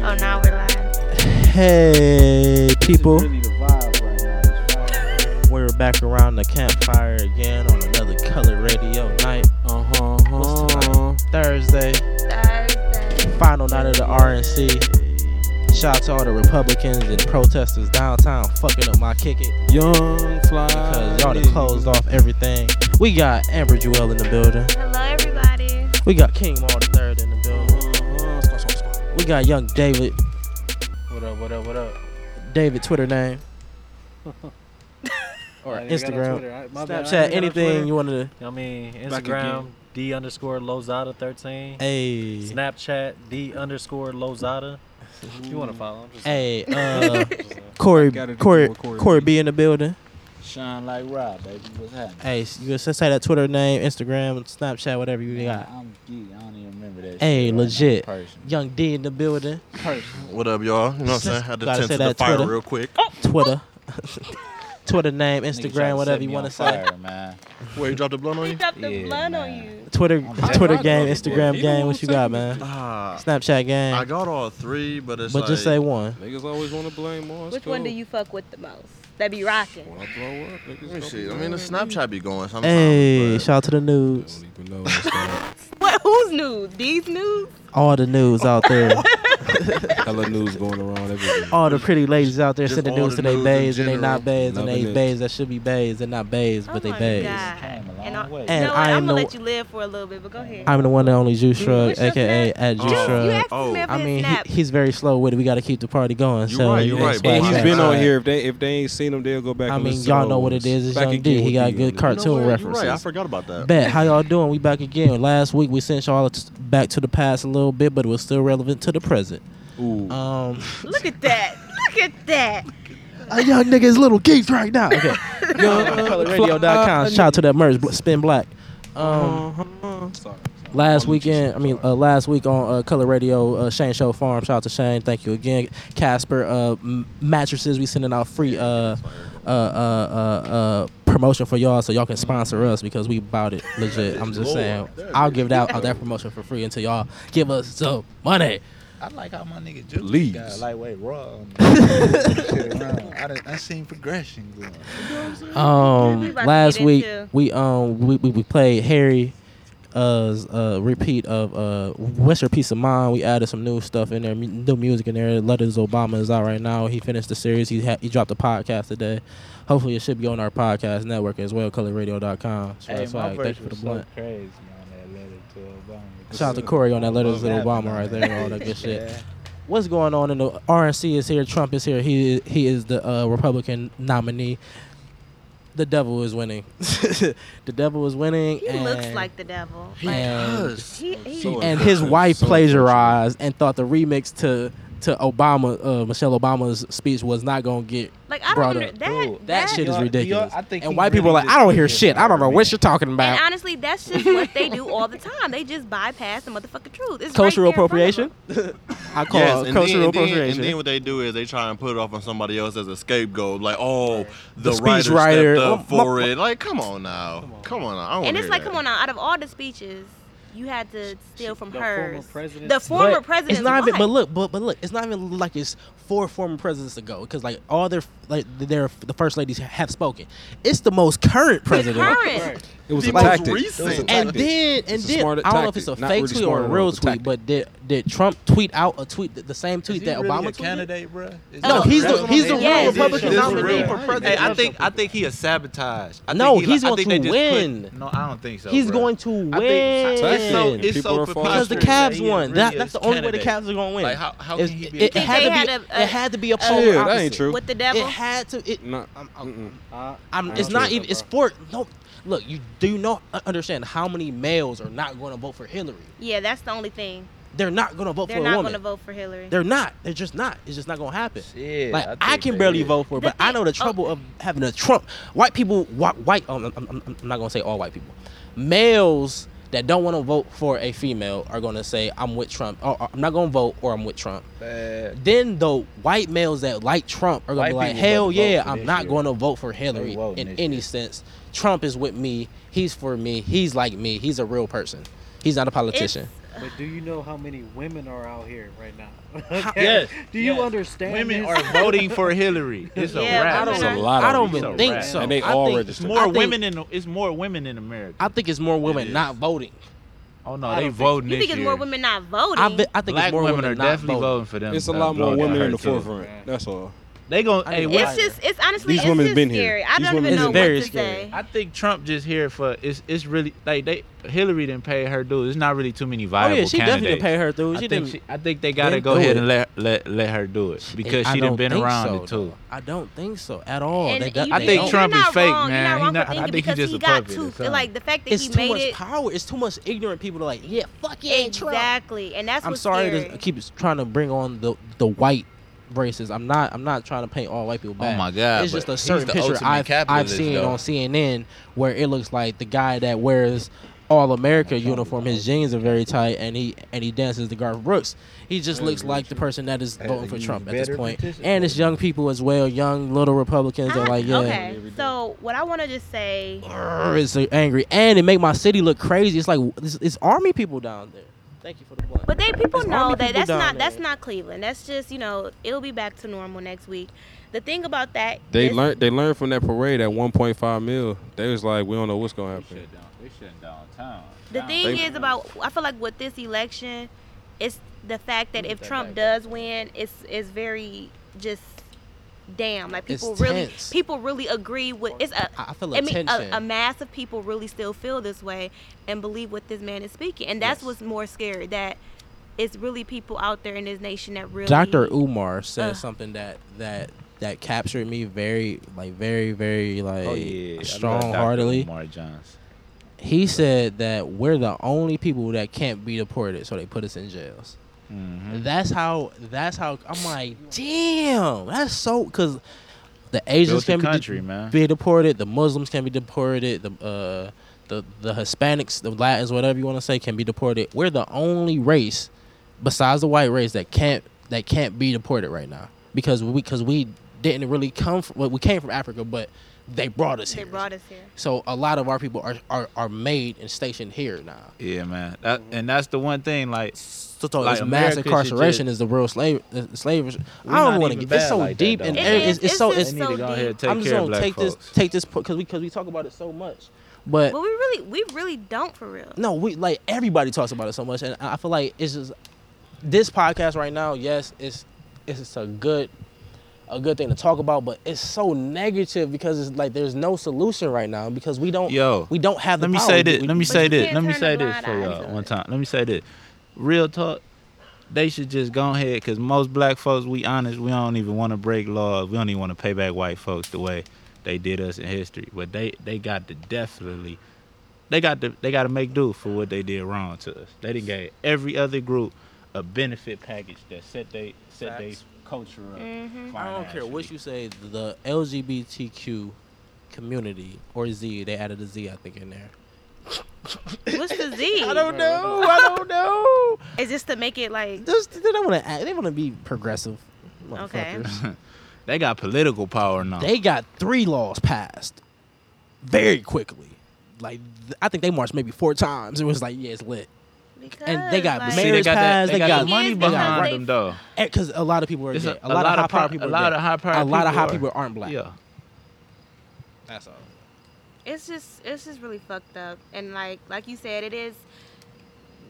Oh, Hey, people. Really the vibe right now. It's fire. We're back around the campfire again on another color radio night. Uh-huh. What's tonight? Thursday, Thursday. final night of the RNC. Shout out to all the Republicans and protesters downtown fucking up my kick it Young fly. because y'all done closed off everything. We got Amber Jewell in the building. Hello, everybody. We got King Maul the third in the building. Uh-huh. Squat, squat, squat. We got Young David, What up, what up, what up? David Twitter name or I ain't even got no Instagram, Twitter. I- my bad. I Snapchat, ain't got no anything you Twitter. wanted to. I mean, Back Instagram again. D underscore Lozada thirteen. Hey, Snapchat D underscore Lozada. You want to follow? I'm just hey, uh, Corey, Gotta do Corey, more Corey Corey B. B in the building. Shine like Rob, baby. What's happening? Hey, s- you can s- say that Twitter name, Instagram, Snapchat, whatever you got. I'm geek. I don't even remember that. Hey, shit right now legit. in person. Young D in the building. What up, y'all? You know what I'm saying? I had to Gotta tend say to the that fire Twitter. real quick. Twitter, Twitter name, Nigga tried Instagram, set whatever you me want to on say. fire, man. Where you dropped the blunt on He you? dropped the Yeah, blunt on man. you. Twitter, I'm Twitter not game, gonna- Instagram He the game. one What you taking got, the man? Ah, Snapchat I game. got all three, but it's But like, just say one. Niggas always want to blame us. Which one do you fuck with the most? That be rocking. When I blow up, niggas Let me go see. I blame mean, the me. Snapchat be going sometimes. Hey, but shout out to the I nudes. don't even know what's that. What? Who's nudes? These nudes? All the nudes out there. Hella news going around everywhere. All the pretty ladies out there Just sending all nudes the to their nudes in babes and they not babes and Loving they it. babes that should be babes and not babes oh but they my babes. God. Came a long And, I, way. And you know I what? am I'm the gonna w- let you live for a little bit, but go ahead. I'm the one that only Jew Shrug, What's your aka snap? at Jew Dude, you you Shrug. asked Oh. me for I his mean, snap. he, he's very slow witted. We got to keep the party going. You so right, you that's right, why boy. I He's said- been on Snapchat. here. If they if they ain't seen him, they'll go back. I and mean, listen to y'all old know what ones. it is. It's Back Young again D. He with got the good young cartoon you know what? You're references. Right, I forgot about that. Bet how y'all doing? We back again. Last week we sent y'all t- back to the past a little bit, but it was still relevant to the present. niggas. Ooh, Um, Look at that. Look at that. a young nigga is little geeks right now. Okay, ColorRadio.com. Shout out to that merch, Bl- Spin Black. Um, sorry. last I'll let you weekend, I mean, uh, last week on uh, Color Radio, uh, Shane Show Farm. Shout out to Shane. Thank you again, Casper. Uh, m- mattresses. We sending out free uh, uh, uh, uh, uh, promotion for y'all, so y'all can sponsor us because we bought it legit. I'm just saying, I'll give that out that promotion for free until y'all give us some money. I like how my nigga Juice Leaves. got a lightweight raw. On the- shit around. I, done, I seen progression going. We Um, about to last get week into- we um we, we, we played Harry, uh, uh repeat of uh What's Your Peace of Mind. We added some new stuff in there, mu- new music in there. Letters Obama is out right now. He finished the series. He ha- he dropped a podcast today. Hopefully it should be on our podcast network as well, colorradio.com. So Hey, that's my why verse thank you for the was blunt. so crazy on that letter to Obama. Shout out to Corey on that letters to What happened Obama on right that there and all that good bitch, shit. yeah. What's going on in the RNC is here. Trump is here. He is, he is the uh, Republican nominee. The devil is winning. the devil is winning. He and, looks like the devil. He Like, does. he, he, So and his unfortunate. wife So plagiarized and thought the remix to to Obama uh, Michelle Obama's speech was not gonna get. like I brought don't under, up. that, Dude, that That shit is Y'all- ridiculous. y'all- I think and he white people are really like, just I don't hear did shit. I don't know what you're talking And about. honestly, that's just what they do all the time. They just bypass the motherfucking truth. It's Cultural right there in front of appropriation. I call Yes, and, then, cultural and, then, and appropriation. then what they do is they try and put it off on somebody else as a scapegoat. Like, oh, the, The speech writer, writer- stepped up Oh, my- for it. Like, come on now, come on, now. I don't and it's hear like, that. come on now, out of all the speeches, you had to steal from the hers. former president. The But former president. It's not even. But look, but but look, it's not even like it's four former presidents ago because like all their like their the first ladies have spoken. It's the most current president. Current. It was The a most tactic. recent. It was a And tactic. then and a then I smart don't know if it's a tactic, not fake really tweet or a smart, real it's a tweet, tactic. but did did Trump tweet out a tweet the same tweet Is he that really Obama a tweeted? candidate, bro? Is uh, No, he- he's That's the- what he's the I'm saying. real Yes, Republican This is nominee real. for Hey, president. I think I think he is sabotaged. I No, think he, he's I going think to they just put- win. no, I don't think so. He's bruh. going to win. I think- It's so, And it's people so are falling because the Astros, Cavs preposterous that he won. really That, is that's the only way the candidate. Cavs are gonna win. Like, how- how It's- can he be a it, it had to candidate? be. They had a- it had to be a a- polar Shit, that opposite. ain't true. With the It devil. had to. It, Nah, I'm- I'm- mm-mm. I, I'm, I it's don't not think even. so, It's bro. for no. Look, you do not u- understand how many males are not going to vote for Hillary. yeah, that's the only thing. They're not going to vote They're for a not woman. going to vote for Hillary. They're not. They're just not. It's just not going to happen. Shit, like I, think can they barely is. vote for, it, The but I know the thing- oh. trouble of having a Trump. White people, white. white um, I'm, I'm, I'm not going to say all white people. Males that don't want to vote for a female are going to say, "I'm with Trump." Or, or, I'm not going to vote, or I'm with Trump. Bad. Then the white males that like Trump are gonna White be like, people hell voted vote yeah, for I'm this not year. going to vote for Hillary voting in this any year. sense. Trump is with me. He's for me. He's like me. He's a real person. He's not a It's, politician. But do you know how many women are out here right now? Yes. Do you Yes. understand? Women this? are voting for Hillary. It's a Yeah, wrap. women It's are- a lot. I don't it's even a think wrap. so. And they I all think registered. I More think- women in it's more women in America. I think it's more women is. not voting. oh no, I they don't think- voting You this think it's year. more women not voting? I, be, I think Black it's more women, are not definitely voting. voting. for them. It's a uh, lot more voting women for in the her, too. forefront. That's all. They gonna. I Hey, didn't what, it's just, it's honestly, These it's women's just been here. scary. I These don't even women's It's know been what very to scary. say. I think Trump just here for it's. It's really like they Hillary didn't pay her due. There's not really too many Oh viable yeah, she definitely candidates. didn't pay her through. I She think didn't. she, I think they gotta didn't go do ahead it. and let, let let her do it because I she done don't been think around so, it too. I don't think so at all. And They got- you- I they think don't. you're Trump is not fake, wrong. man. You're He not wrong not- for I thinking think he because just a got puppet or two. something. Like the fact that It's he too made much it power. It's too much ignorant people to like. Yeah, fuck yeah, Trump. exactly, and that's I'm what's sorry scary. to keep trying to bring on the the white races. I'm not I'm not trying to paint all white people Oh bad. my god! it's but just a he's certain the picture ultimate I've, I've capitalist, seen though. on CNN where it looks like the guy that wears all America uniform, his jeans are very tight, and he and he dances to Garth Brooks. He just looks like the person that is voting for Trump at this point. And it's young people as well, young little Republicans I- are like, yeah, Ah, Okay, so what I want to just say, "Grr," it's so angry, and it make my city look crazy. It's like it's, it's army people down there. Thank you for the blunt. but they people There's know army that people that's down not that's there. not Cleveland. That's just you know it'll be back to normal next week. The thing about that They is- learned. They learned from that parade at 1.5 mil. They was like, we don't know what's gonna happen. The thing They- is about I feel like with this election, it's the fact that if that Trump back does win, it's it's very just damn. Like It's people really tense. people really agree with it's a I I feel a uh, I mean, tension. a, a mass of people really still feel this way and believe what this man is speaking, and that's Yes. what's more scary. That it's really people out there in this nation that really. Dr. Umar said Ugh. something that that that captured me very like very very like Oh yeah, strong heartedly. Mark Johns. He said that we're the only people that can't be deported, so they put us in jails. Mhm. That's how. That's how. I'm like, damn. That's so because the Asians Built the can be de- country, man. be deported. The Muslims can be deported. The uh, the the Hispanics, the Latins, whatever you want to say, can be deported. We're the only race, besides the white race, that can't that can't be deported right now because we because we didn't really come from well, we came from Africa, but they brought us They here. brought us here. so a lot of our people are, are, are made and stationed here now. Yeah, man. That, Mm-hmm. and that's the one thing. Like, So, so Like, this mass America should incarceration just- is the real slave. Uh, slavery. We're I not don't want to even get. It's bad so like that, deep though. and It every- it's, is, it's so it's it's. they need to go ahead deep. and take I'm just care of gonna black take folks. this take this because we because we talk about it so much, but But we really, we really don't for real. no, we like everybody talks about it so much, and I I feel like it's just this podcast right now. Yes, it's it's just a good a good thing to talk about, but it's so negative because it's like there's no solution right now because we don't Yo, we don't have the let me power. say We- this. we- Let me But say you this. can't Let me turn a say this blind for eye to y'all one it. time. Let me say this. Real talk. They should just go ahead because most black folks, we honest, we don't even want to break laws. We don't even want to pay back white folks the way they did us in history. But they they got to definitely. They got to they got to make do for what they did wrong to us. They didn't get every other group a benefit package that set they set they Facts. culture up. Mhm. I don't care what financially. you say. The LGBTQ community or Z, they added a Z I think in there. What's the Z? I don't know. I don't know. Is this to make it like? Just, they don't want to act. They want to be progressive. Okay. motherfuckers. They got political power now. They got three laws passed very quickly. Like th- I think they marched maybe four times. It was like yeah, it's lit. And they got because, See, they got that- they got the money behind them, though. Because Eh, a lot of people are It's gay. a, a lot, of high power people. are A lot gay. of high power. a lot of high are- people aren't black. Yeah. That's all. it's just it's just really fucked up and like like you said it is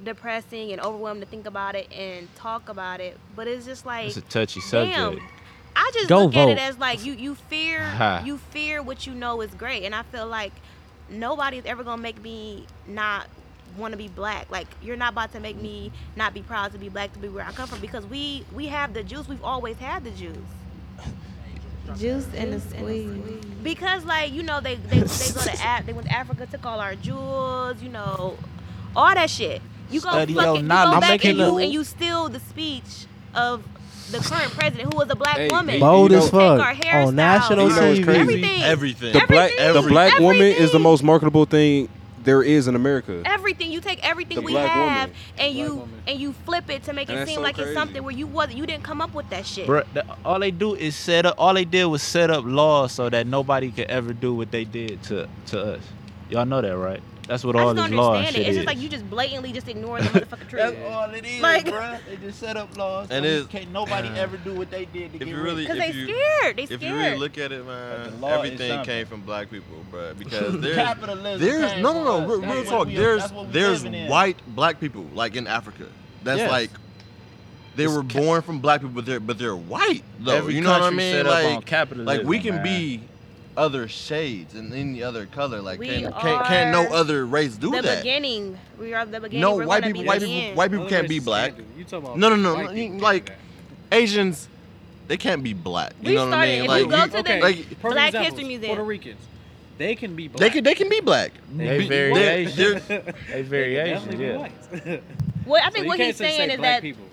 depressing and overwhelming to think about it and talk about it but it's just like It's a touchy damn subject. i just Go look at vote. it as like you you fear Ha. you fear what you know is great and i feel like nobody's ever gonna make me not want to be black like you're not about to make me not be proud to be black to be where i come from because we we have the juice we've always had the juice Juice and a squeeze. because like you know they they, they go to Af- they went to Africa took all our jewels you know all that shit you go fucking Study your you go knowledge. I'm back making and you, a- and you steal the speech of the current president who was a black Hey, woman hey, Bold You know- as Take fuck our hairstyles, on national You know it's TV. crazy? everything Everything. The black, the Everything. black woman is the Everything. most marketable thing there is in America. everything you take everything The we black have woman. and Black you woman. and you flip it to make And it that's seem so like crazy. it's something where you wasn't you didn't come up with that shit Bruh, the, all they do is set up. All they did was set up laws so that nobody could ever do what they did to to us. Y'all know that, right? That's what I all just this don't law and understand it. shit It's is. just like you just blatantly just ignore the motherfucking truth. That's all it is, Like- bruh. They just set up laws. And so it's- can't nobody ever do what they did to If get you rid really, of Cause if they you, scared. They if scared. you really look at it, man, the law is everything something. came from black people, bro. Because there's capitalism. there's came no from no no us. real, That's real what talk. we- There's that's what we there's living in. white black people like in Africa. That's Yes. like they It's were ca- born from black people, but they're but they're white though. Every you know what I country mean? set up on Like capitalism, like we can man. be other shades and any other color. Like We can can can are no other race do the that? beginning. We are the beginning. No We're white gonna people, be white the people, end. white people Other can't races be black. do. You talking about No, no, no, white no, people you- like- do that. Asians, they can't be black. You We know what I started- mean? if Like you go we- to the okay. like Perfect Black examples, History Museum. Puerto Ricans, they can be black. they can they can be black. They Be- very they're- Asian. they're- They They can variations, definitely be yeah. white. Well, I So think you what can't he's just say saying is black that people.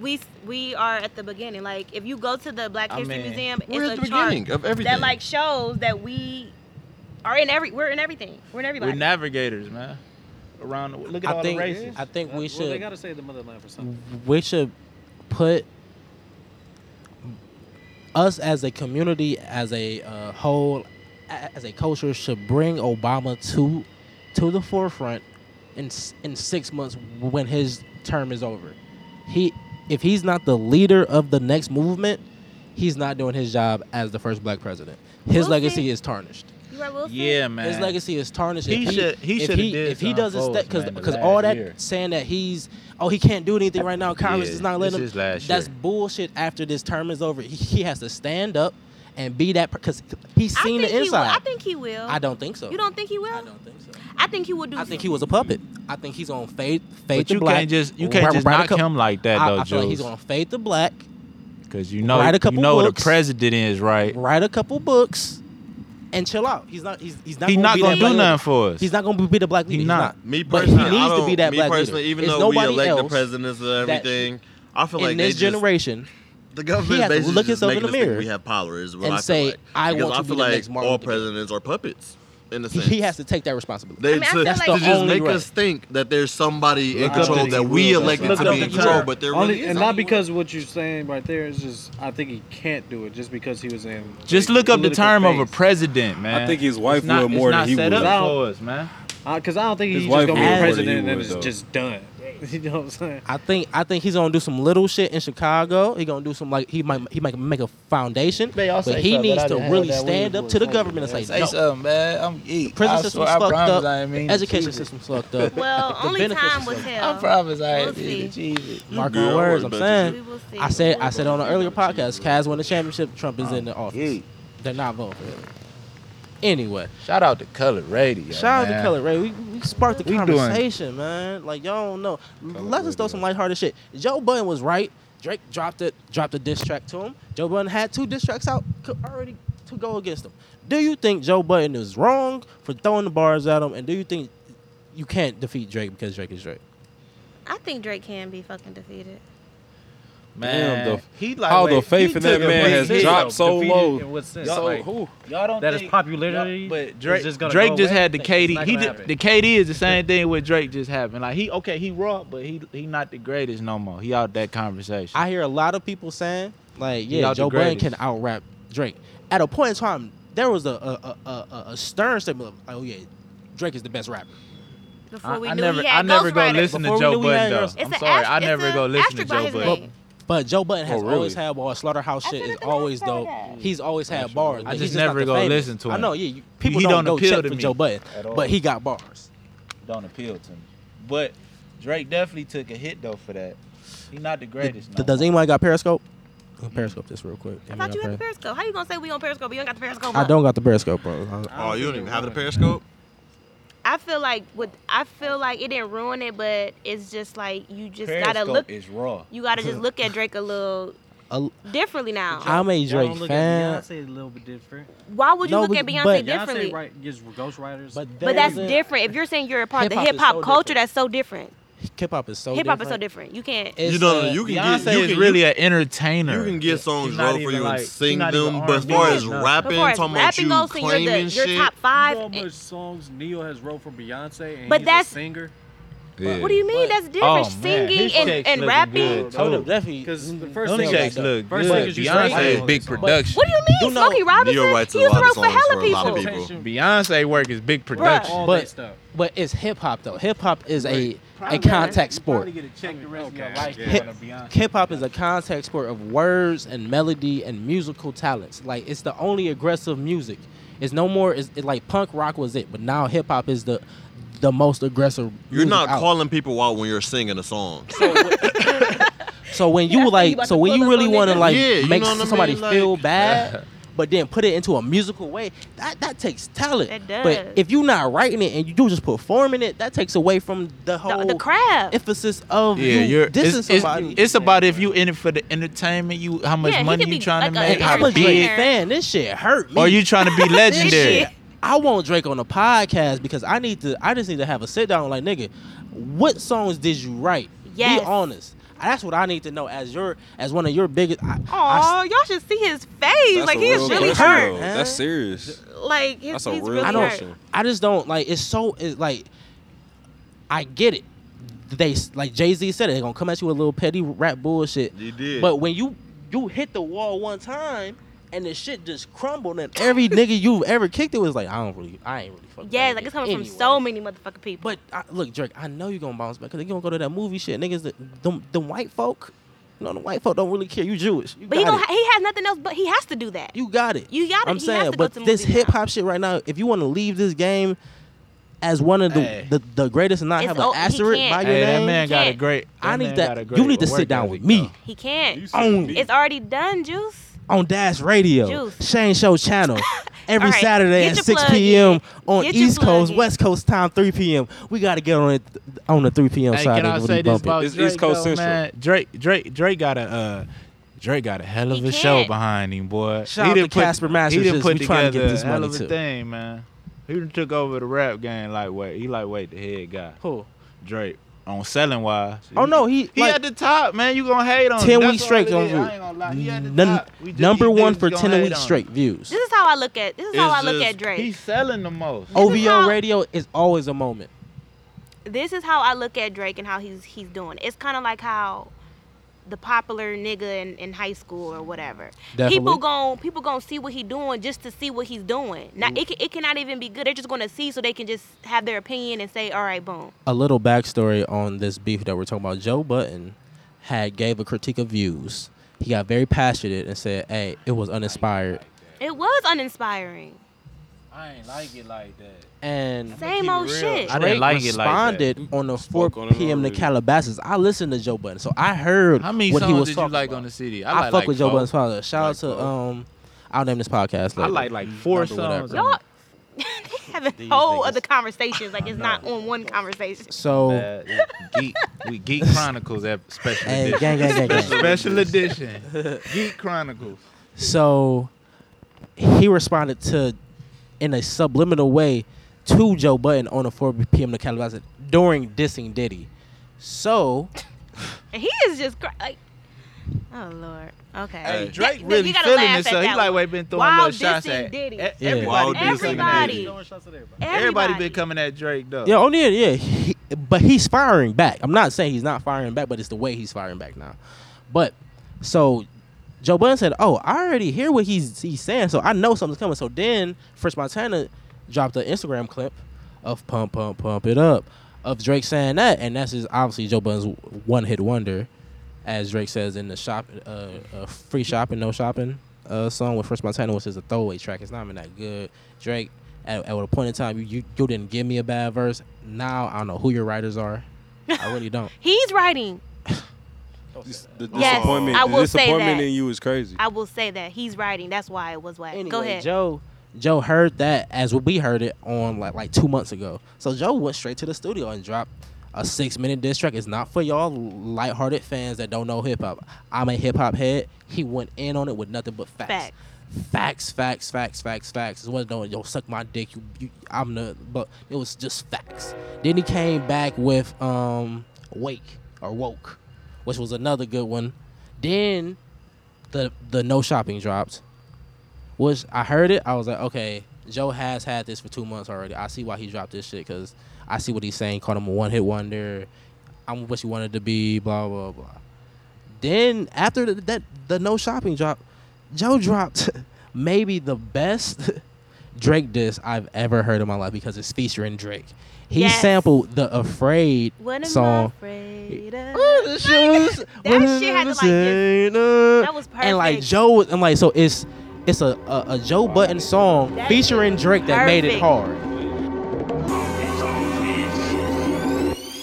we we are at the beginning. Like if you go to the Black I History mean, Museum, it's We're a at the chart beginning of everything. that like shows that we are in every. We're in everything. We're in everybody. We're navigators, man. Around the, look at I all think the races. I think Well, we they should gotta say the motherland for something. we should put us as a community, as a uh, whole, a- as a culture, should bring Obama to to the forefront in s- in six months when his term is over. He, if he's not the leader of the next movement, he's not doing his job as the first black president. His We'll legacy see. is tarnished. You are Wilson. yeah, man. His legacy is tarnished. He if should- he if should've he, did if he Tom doesn't Foles, step because man, the because last all that year. saying that he's oh he can't do anything right now. Congress Yeah, is not letting this is him. last That's year. bullshit. After this term is over, he, he has to stand up and be that because he's I seen think the He will. inside. I think he will. I don't think so. You don't think he will? I don't think so. I think he will do. I think some. he was a puppet. I think he's on faith. Faith but you the black. can't just you can't Right- just right a knock cou- him like that I, though, I feel like he's Jules. on faith the black. Because you know Write a you couple know books. the president is right. Write a couple books, and chill out. He's not. He's, he's not. He's gonna not be gonna that black do leader. nothing for us. He's not gonna be the black leader. He's not. not. Me But he personally, needs I to don't, be that me black leader. personally, even It's though we nobody elect the else presidents of that- everything, I feel like in they this just- generation, the government has to basically look just himself in making the us think mirror we have power is what and I feel say, like. "I Because want to I be feel the like next Martin all Luther King." presidents are puppets in a he, sense. he has to take that responsibility. They I mean, I to, feel That's like- the to just only make way. us think that there's somebody in Look up control to that the we rules. elected Look to up be in to control, Trump. but there really Only, is and not because what you're saying right there is just. I think he can't do it just because he was in. Just look up the political term of a phase. president, man. think his It's wife not, would more it's than not he set would. up for us, man. Because Uh, I don't think His he's wife just gonna be would a more than president you and would, it's though. just done. You know what I'm saying? I think I think he's gonna do some little shit in Chicago. He gonna do some like he might he might make a foundation, They all but say he something, needs I to done had really that stand weed up to the boy. government and say, Say no, something, man. I'm the eat. prison I system's swear, I fucked promise up, I ain't mean to education cheese it. system's fucked up. Well, The only benefits time is will like- I tell. promise I ain't We'll mean to see. cheese it. Mark good. my words, I'm What We saying. will see. I said I said on an earlier podcast, Cavs win the championship, Trump Oh, is in the office. yeah. They're not voting. for him. Anyway, Shout out to Color Radio. shout out to man. Color Ray. We, we sparked the We doing- conversation, man. Like y'all don't know. Let's just throw some lighthearted shit. Joe Budden was right. Drake dropped it, dropped a diss track to him. Joe Budden had two diss tracks out co- already to go against him. Do you think Joe Budden is wrong for throwing the bars at him? And do you think you can't defeat Drake because Drake is Drake? I think Drake can be fucking defeated. Man, Damn, the- he like, how the wait, faith he in that took a man big has hit. dropped so Defeated low. In what sense? So Like, who? Y'all don't that is think- popularity y'all- But is Drake just just, gonna Drake go just away? had the It's not KD. gonna He did, happen. the KD is the same thing with Drake just happened. Like he okay, he raw, but he he not the greatest no more. He out that conversation. I hear a lot of people saying, like, He yeah, out the Joe Budden can greatest. out rap Drake. At a point in time, there was a a, a, a, a stern statement of, oh yeah, Drake is the best rapper. Before I, we I knew never he I had never go Ghostwriters. listen Before we to Joe knew he Budden had though. Ghost- It's I'm an sorry, ast- I never it's go an listen to asterisk by Joe his Budden. name. But Joe Budden Oh, has really? always had bars. Slaughterhouse I shit said is it the last always time I dope. got it. He's always had bars. I He's just not never the gonna famous. listen to I him. know, yeah. you- People he don't, don't go appeal check to for me Joe Budden, at all. but he got bars. Don't appeal to me. But Drake definitely took a hit though for that. He not the greatest. Th- Does anyone got Periscope? I'll Periscope this real quick. I thought you had the Periscope. How you gonna say we on Periscope? You don't got the Periscope. I up? don't got the Periscope, bro. Oh, you don't even have the periscope? I feel like with I feel like it didn't ruin it, but it's just like you just gotta look. is raw. You gotta just look at Drake a little A- differently now. I'm a Y'all don't Drake look fan, at Beyonce a little bit different. Why would you No, look but- at Beyonce but- differently? Beyonce right, gives ghostwriters. but, But that's there is- different. If you're saying you're a part of the Hip-hop hip is hop so culture, different. that's so different. Hip hop is so hip hop different. is so different. You can't. It's, You know, uh, you can Beyonce get you is can, really an entertainer. you can get songs She's not wrote for even you like- and she's sing not even them, but as R&B far or as nothing. but rapping, as talking about rapping you goes to your, the, claiming your shit, top you five. know how eh, much songs Neo has wrote for Beyonce, and But he's that's- a singer. Yeah. What do you mean? That's Oh, different. man, his Singing and, shakes and looking rapping. good, too. Oh. Hold up, definitely. Mm-hmm. Because the First first Them thing shakes look first good. niggas you straight Beyonce Beyonce is is big production. What do you mean? Smokey Robinson? Neo writes a he used lot to of wrote for songs hella for a lot of people. people. Beyonce work is big production. all But- that stuff. But it's hip hop though. Hip hop is a a Probably contact sport. get a check the rest of your life. Hip- Hip hop is a contact sport of words and melody and musical talents. Like it's the only aggressive music. It's no more. It's it, like punk rock was it, but now hip hop is the the most aggressive. You're music not out. calling people out when you're singing a song. So when Yeah, I you see you like, about so to when pull you up really on want to niggas. like Yeah, you make know what I mean? somebody feel Like- bad, but then put it into a musical way, that that takes talent. It does. But if you're not writing it and you do just performing it, that takes away from the The, whole the crab. emphasis of Yeah, you you're. dissing It's, it's, somebody. it's about if you in it for the entertainment, you how much Yeah, he money could you be like trying a- to make, Hey, I'm how a Drake big, big. fan. This shit hurt me. or you trying to be legendary. shit. I want Drake on the podcast because I need to. I just need to have a sit down. Like nigga, what songs did you write? Yes. Be honest. That's what I need to know as your as one of your biggest. I, I Aw, y'all should see his face. That's Like a he is real really question, hurt. though. Huh? That's serious. Like his, That's a he's real really I hurt. question. I just don't like. It's so it's like. I get it. They like Jay Z said it. They're gonna come at you with a little petty rap bullshit. You did. But when you you hit the wall one time and the shit just crumbled and every nigga you've ever kicked it was like I don't really I ain't really fucking. Yeah, like it's coming from so many motherfucking people. But I, look, Drake, I know you gonna bounce back because they gonna go to that movie shit. Niggas, the them, them white folk, you know, the white folk don't really care. You Jewish, you But got he gonna, it. ha- he has nothing else. But he has to do that. You got it. You got it. I'm He has saying, to go but to this movies now. hip hop shit right now, if you want to leave this game as one of the Hey. the, the greatest and not It's have an o- he asterisk can't. by your Hey, that name, man got a can't. great. I man need got a that. great You need to work sit down ethic, with me though. he can't. Own It's already done, Juice. on Dash Radio, Juice. Shane Show Channel. Every All right, Saturday get at your 6 plug p.m. on Get your East plug Coast, in. West Coast time 3 p.m. We got to get on it on the 3 p.m. Hey, side. can I and really say this bump it. about It's East Drake, Coast though, Central. man? Drake, Drake, Drake got a uh, Drake got a hell of He a show can't. behind him, boy. Shout he out didn't to Casper Masters, He didn't just put we trying to together get this a hell money, of too. a thing, man. He done took over the rap game lightweight. He lightweight the head guy, Who? Drake. On selling wise, Oh no, he He like- at the top, man. You gonna hate on him. 10 That's weeks all straight it on is. view. I ain't gonna lie. He at the Num- top. We just- number you one niggas for gonna 10 hate weeks on him. straight views. This is how I look at. This is how It's I look just- at Drake. He's selling the most. OVO how- Radio is always a moment. this is how I look at Drake and how he's he's doing. It's kind of like how the popular nigga in, in high school or whatever. Definitely. People gon' people gon' see what he doing just to see what he's doing. Now Mm. it can, it cannot even be good. They're just gonna see so they can just have their opinion and say, all right, boom. A little backstory on this beef that we're talking about. Joe Button had gave a critique of views. He got very passionate and said, "Hey, it was uninspired." It was uninspiring. I ain't like it like that. And Same old shit. I Drake didn't like it like that. responded on the 4 Spoke on it p.m. to already. Calabasas. I listened to Joe Button, so I heard How many what he songs was did you talking like about. on the city? I, like, fuck like with Joe four. Button's father. Shout out Like to four. um, I'll name this podcast. I later. Mm, like like four Number whatever. songs. Y'all they having These whole niggas. other conversations like it's know. not on one conversation. So, Uh, Geek, we Geek Chronicles ep- special hey, edition. gang, gang, gang, gang. Special edition, Geek Chronicles. So he responded to in a subliminal way to Joe Button on a 4 p.m. to Calabasas during dissing Diddy. So And he is just cr- like, oh lord. Okay. Hey, Drake You really gotta feeling laugh at himself. He that like one. way been throwing Wild little shots dissing at Diddy. e- Yeah. everybody. Wild been dissing coming Everybody. at him. Throwing shots at everybody. Everybody been coming at Drake though. yeah, only yeah, he, but he's firing back. I'm not saying he's not firing back, but it's the way he's firing back now. But so Joe Budden said, "Oh, I already hear what he's he's saying, so I know something's coming." So then First Montana dropped an Instagram clip of "Pump Pump Pump It Up" of Drake saying that, and that's just obviously Joe Budden's one hit wonder, as Drake says in the shop, uh, uh, "Free Shopping No Shopping" uh, song with First Montana, which is a throwaway track. It's not even that good. Drake, at, at a point in time, you, you you didn't give me a bad verse. Now I don't know who your writers are. I really don't. He's writing. This- The Yes, disappointment, I will the say disappointment that. in you is crazy. I will say that he's writing. That's why it was whack. Anyway, Go ahead. Joe Joe heard that as we heard it on like like two months ago. So Joe went straight to the studio and dropped a six minute diss track. It's not for y'all lighthearted fans that don't know hip hop. I'm a hip hop head. He went in on it with nothing but facts. Facts. Facts, facts, facts, facts, facts. It wasn't no, yo, suck my dick. You, you, I'm the, but it was just facts. Then he came back with um, wake or woke, which was another good one. Then the the no shopping dropped, which I heard it. I was like, okay, Joe has had this for two months already. I see why he dropped this shit because I see what he's saying. Called him a one hit wonder. I'm what you wanted to be. Blah blah blah. Then after the, that, the no shopping drop, Joe dropped maybe the best Drake diss I've ever heard in my life because it's featuring Drake. He Yes. sampled the Afraid What am song. I afraid of? That shit had to like just, that was perfect. And like Joe, and like so, it's it's a a, a Joe Button song That featuring Drake that made perfect. it hard.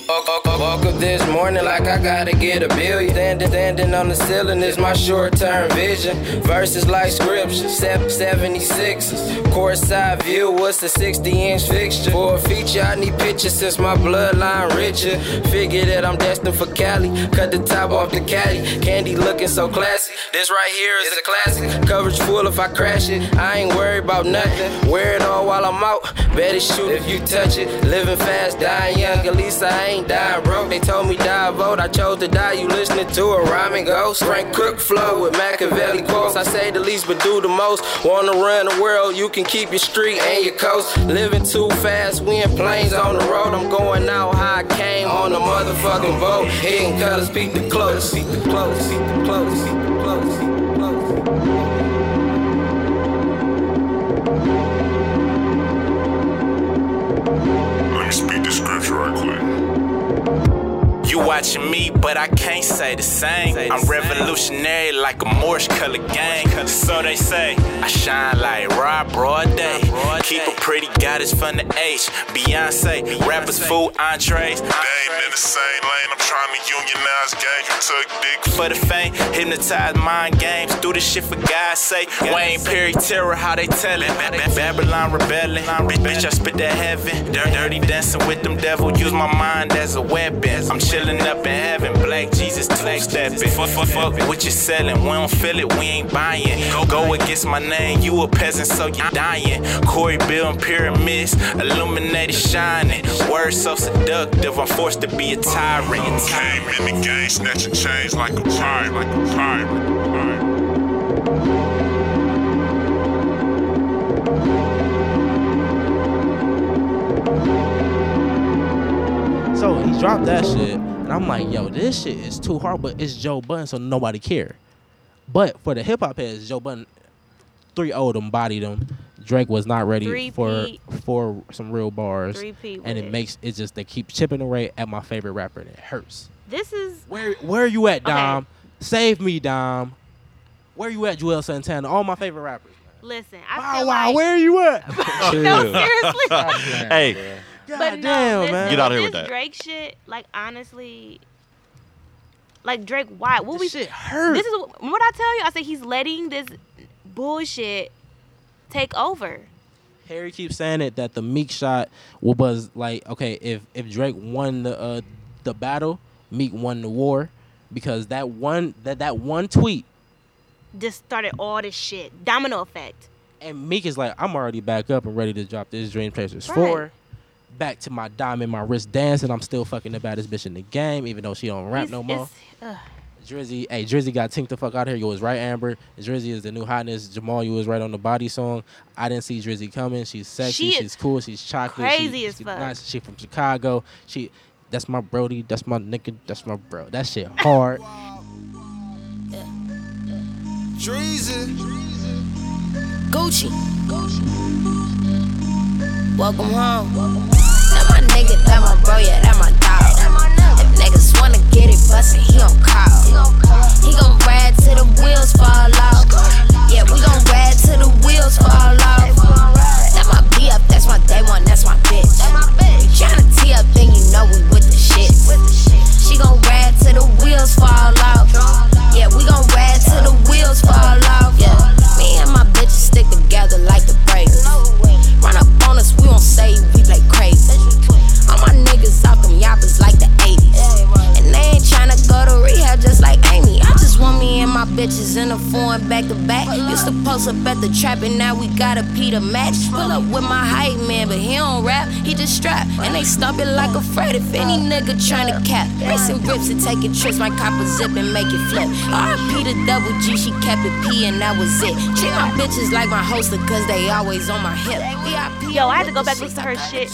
Woke- Woke up this morning like I gotta get a billion. Standing, standing on the ceiling is my short-term vision. Verses like scripture, Sep- 76. Course side view, what's a 60-inch fixture? For a feature, I need pictures since my bloodline richer. Figure that I'm destined for Cali. Cut the top off the caddy. Candy looking so classy. This right here is a classic. Coverage full if I crash it. I ain't worried about nothing. Wear it all while I'm out. Better shoot if you touch it. Living fast, dying young. At least I ain't dying broke. They told me die vote. I chose to die. You listening to a rhyming ghost? Frank Cook flow with Machiavelli quotes. I say the least but do the most. Wanna run the world? You can keep your street and your coast. Living too fast. We in planes on the road. I'm going out how I came on the motherfucking boat. Hitting colors, beat the close, beat the close, beat the close, beat the close, beat the close. Let me speak the scripture right quick. You watching me, but I can't say the same. I'm revolutionary like a Morse color gang. So they say, I shine like raw broad day. Keep a pretty goddess from the H. Beyonce, rappers, food, entrees. Ain't in the same lane, I'm trying to unionize gang who took dick. For the fame, hypnotize mind games. Do this shit for God's sake. Wayne Perry terror, how they tell it. Babylon rebelling. Bitch, bitch, I spit that heaven. Dir- Dirty dancing with them devil. Use my mind as a weapon. I'm chilling up in heaven. Black Jesus two stepping. Fuck, fuck, fuck what you selling. We don't feel it, we ain't buying. Go, go against my name. You a peasant, so you dying. Corey building pyramids. Illuminated shining. Words so seductive. I'm forced to be a tyrant. Came in the game, snatching chains like a pirate, like a pirate. like a pirate. So he dropped that shit, and I'm like, yo, this shit is too hard, but it's Joe Budden, so nobody care. But for the hip hop heads, Joe Budden 3 0 them, bodied them. Drake was not ready Three-peat. for for some real bars, Three-peat with and it it. makes it just they keep chipping away at my favorite rapper, and it hurts. This is where Where you at, Okay. Dom? Save me, Dom. Where you at, Joel Santana? All my favorite rappers. Listen, I Bow feel Wow, like, where you at? no, seriously. hey, but no, damn, listen, man. Get outta here this with that. Drake shit, like honestly, like Drake, why? What we shit hurt. This is what what I tell you. I say he's letting this bullshit take over. Harry keeps saying it that the Meek shot wa- was like, okay, if if Drake won the uh, the battle, Meek won the war, because that one that that one tweet Just started all this shit. Domino effect. and Meek is like, I'm already back up and ready to drop this Dream Chasers Right. four, back to my diamond, my wrist dance, and I'm still fucking the baddest bitch in the game, even though she don't rap It's- no more. it's- ugh. Drizzy, hey, Drizzy got tinked the fuck out of here. You was right, Amber. Drizzy is the new hotness. Jamal, you was right on the body song. I didn't see Drizzy coming. She's sexy. She is she's cool. She's chocolate. she- crazy as she fuck. Nice. She from Chicago. She, that's my Brody. That's my nigga. That's my bro. That shit hard. Treason. Gucci. Welcome home. That my nigga, that my bro, yeah, that my dog. If niggas wanna get it bustin', he gon' call. He gon' ride till the wheels fall off. Yeah, we gon' ride till the wheels fall off. That my B up, that's my day one, that's my bitch. Tryna tee up, then you know we with the shit. She gon' ride till the wheels fall off. Yeah, we gon' ride till the wheels fall off. Yeah, me and my bitches stick together like the breakers. Run up on us, we won't say we play crazy. All my niggas off them yappers like the 80s. And they ain't tryna go to rehab just like Amy. I just want me and my bitches in the foreign back to back. Used to post up at the the trap and now we got a Peter match. Pull up with my hype man, but he don't rap, he just strap. And they stomp it like a freight if any nigga tryna cap. Racing rips and taking trips, my copper zip and make it flip. RP to double G, she kept it P and that was it. Treat my bitches like my holster, cause they always on my hip. Yo, I had to go back and listen to her shit.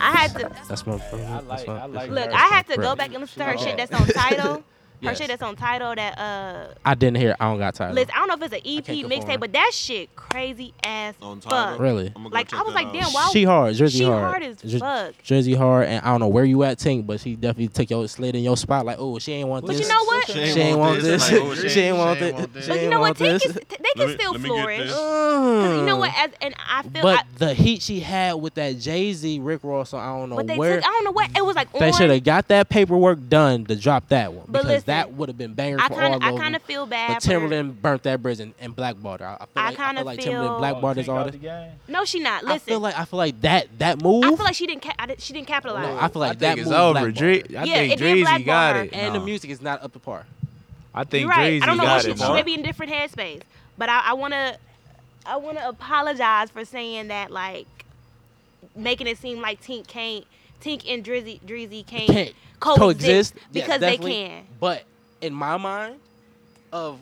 I had to That's my favorite. That's my, that's my- look. that's I my had to favorite. go back and listen to her She- shit that's on title. Her Yes. shit that's on title that uh. I didn't hear. I don't got title. Liz, I don't know if it's an EP go for it. mixtape, but that shit crazy ass on Tidal? fuck. Really? I'ma go Like I was like, damn, why? She hard, Jersey she hard, as Jer- fuck. Jersey hard, and I don't know where you at, Ting, but she definitely took your slid in your spot. Like, oh, she ain't want But you this. know what? She ain't want this. Like, oh, she She ain't ain't- want she ain't this. want She But you ain't know what? want Ting this. can, st- they can Let me- still let me get flourish. this. 'Cause you know what? As, and I feel Mm. But I, the heat she had with that Jay Z Rick Ross song, I don't but know they where. took. I don't know what it was like. They orange. should have got that paperwork done to drop that one But because listen, that would have been banger I for kinda- all I of them. kinda feel bad But for- Timberland burnt that bridge and, and blackballed her. I, I feel I like, kinda feel like feel- Timberland blackballed his Take out artist. No, she not. I Listen, feel like I feel like that that move. I feel like she didn't. Ca- I did, she didn't capitalize. I feel like think that it's move over. blackballed Dre- her. I Yeah, think it did Dreezy got blackball her, it. and the Nah. music is not up to par. I think You're right. Dreezy I don't know got what she, it. she may be in a different headspace, but I, I wanna, I wanna apologize for saying that, like, making it seem like Tink can't, Tink and Drizzy, Drizzy can't, Can't coexist Yeah, because they definitely. can. But in my mind, of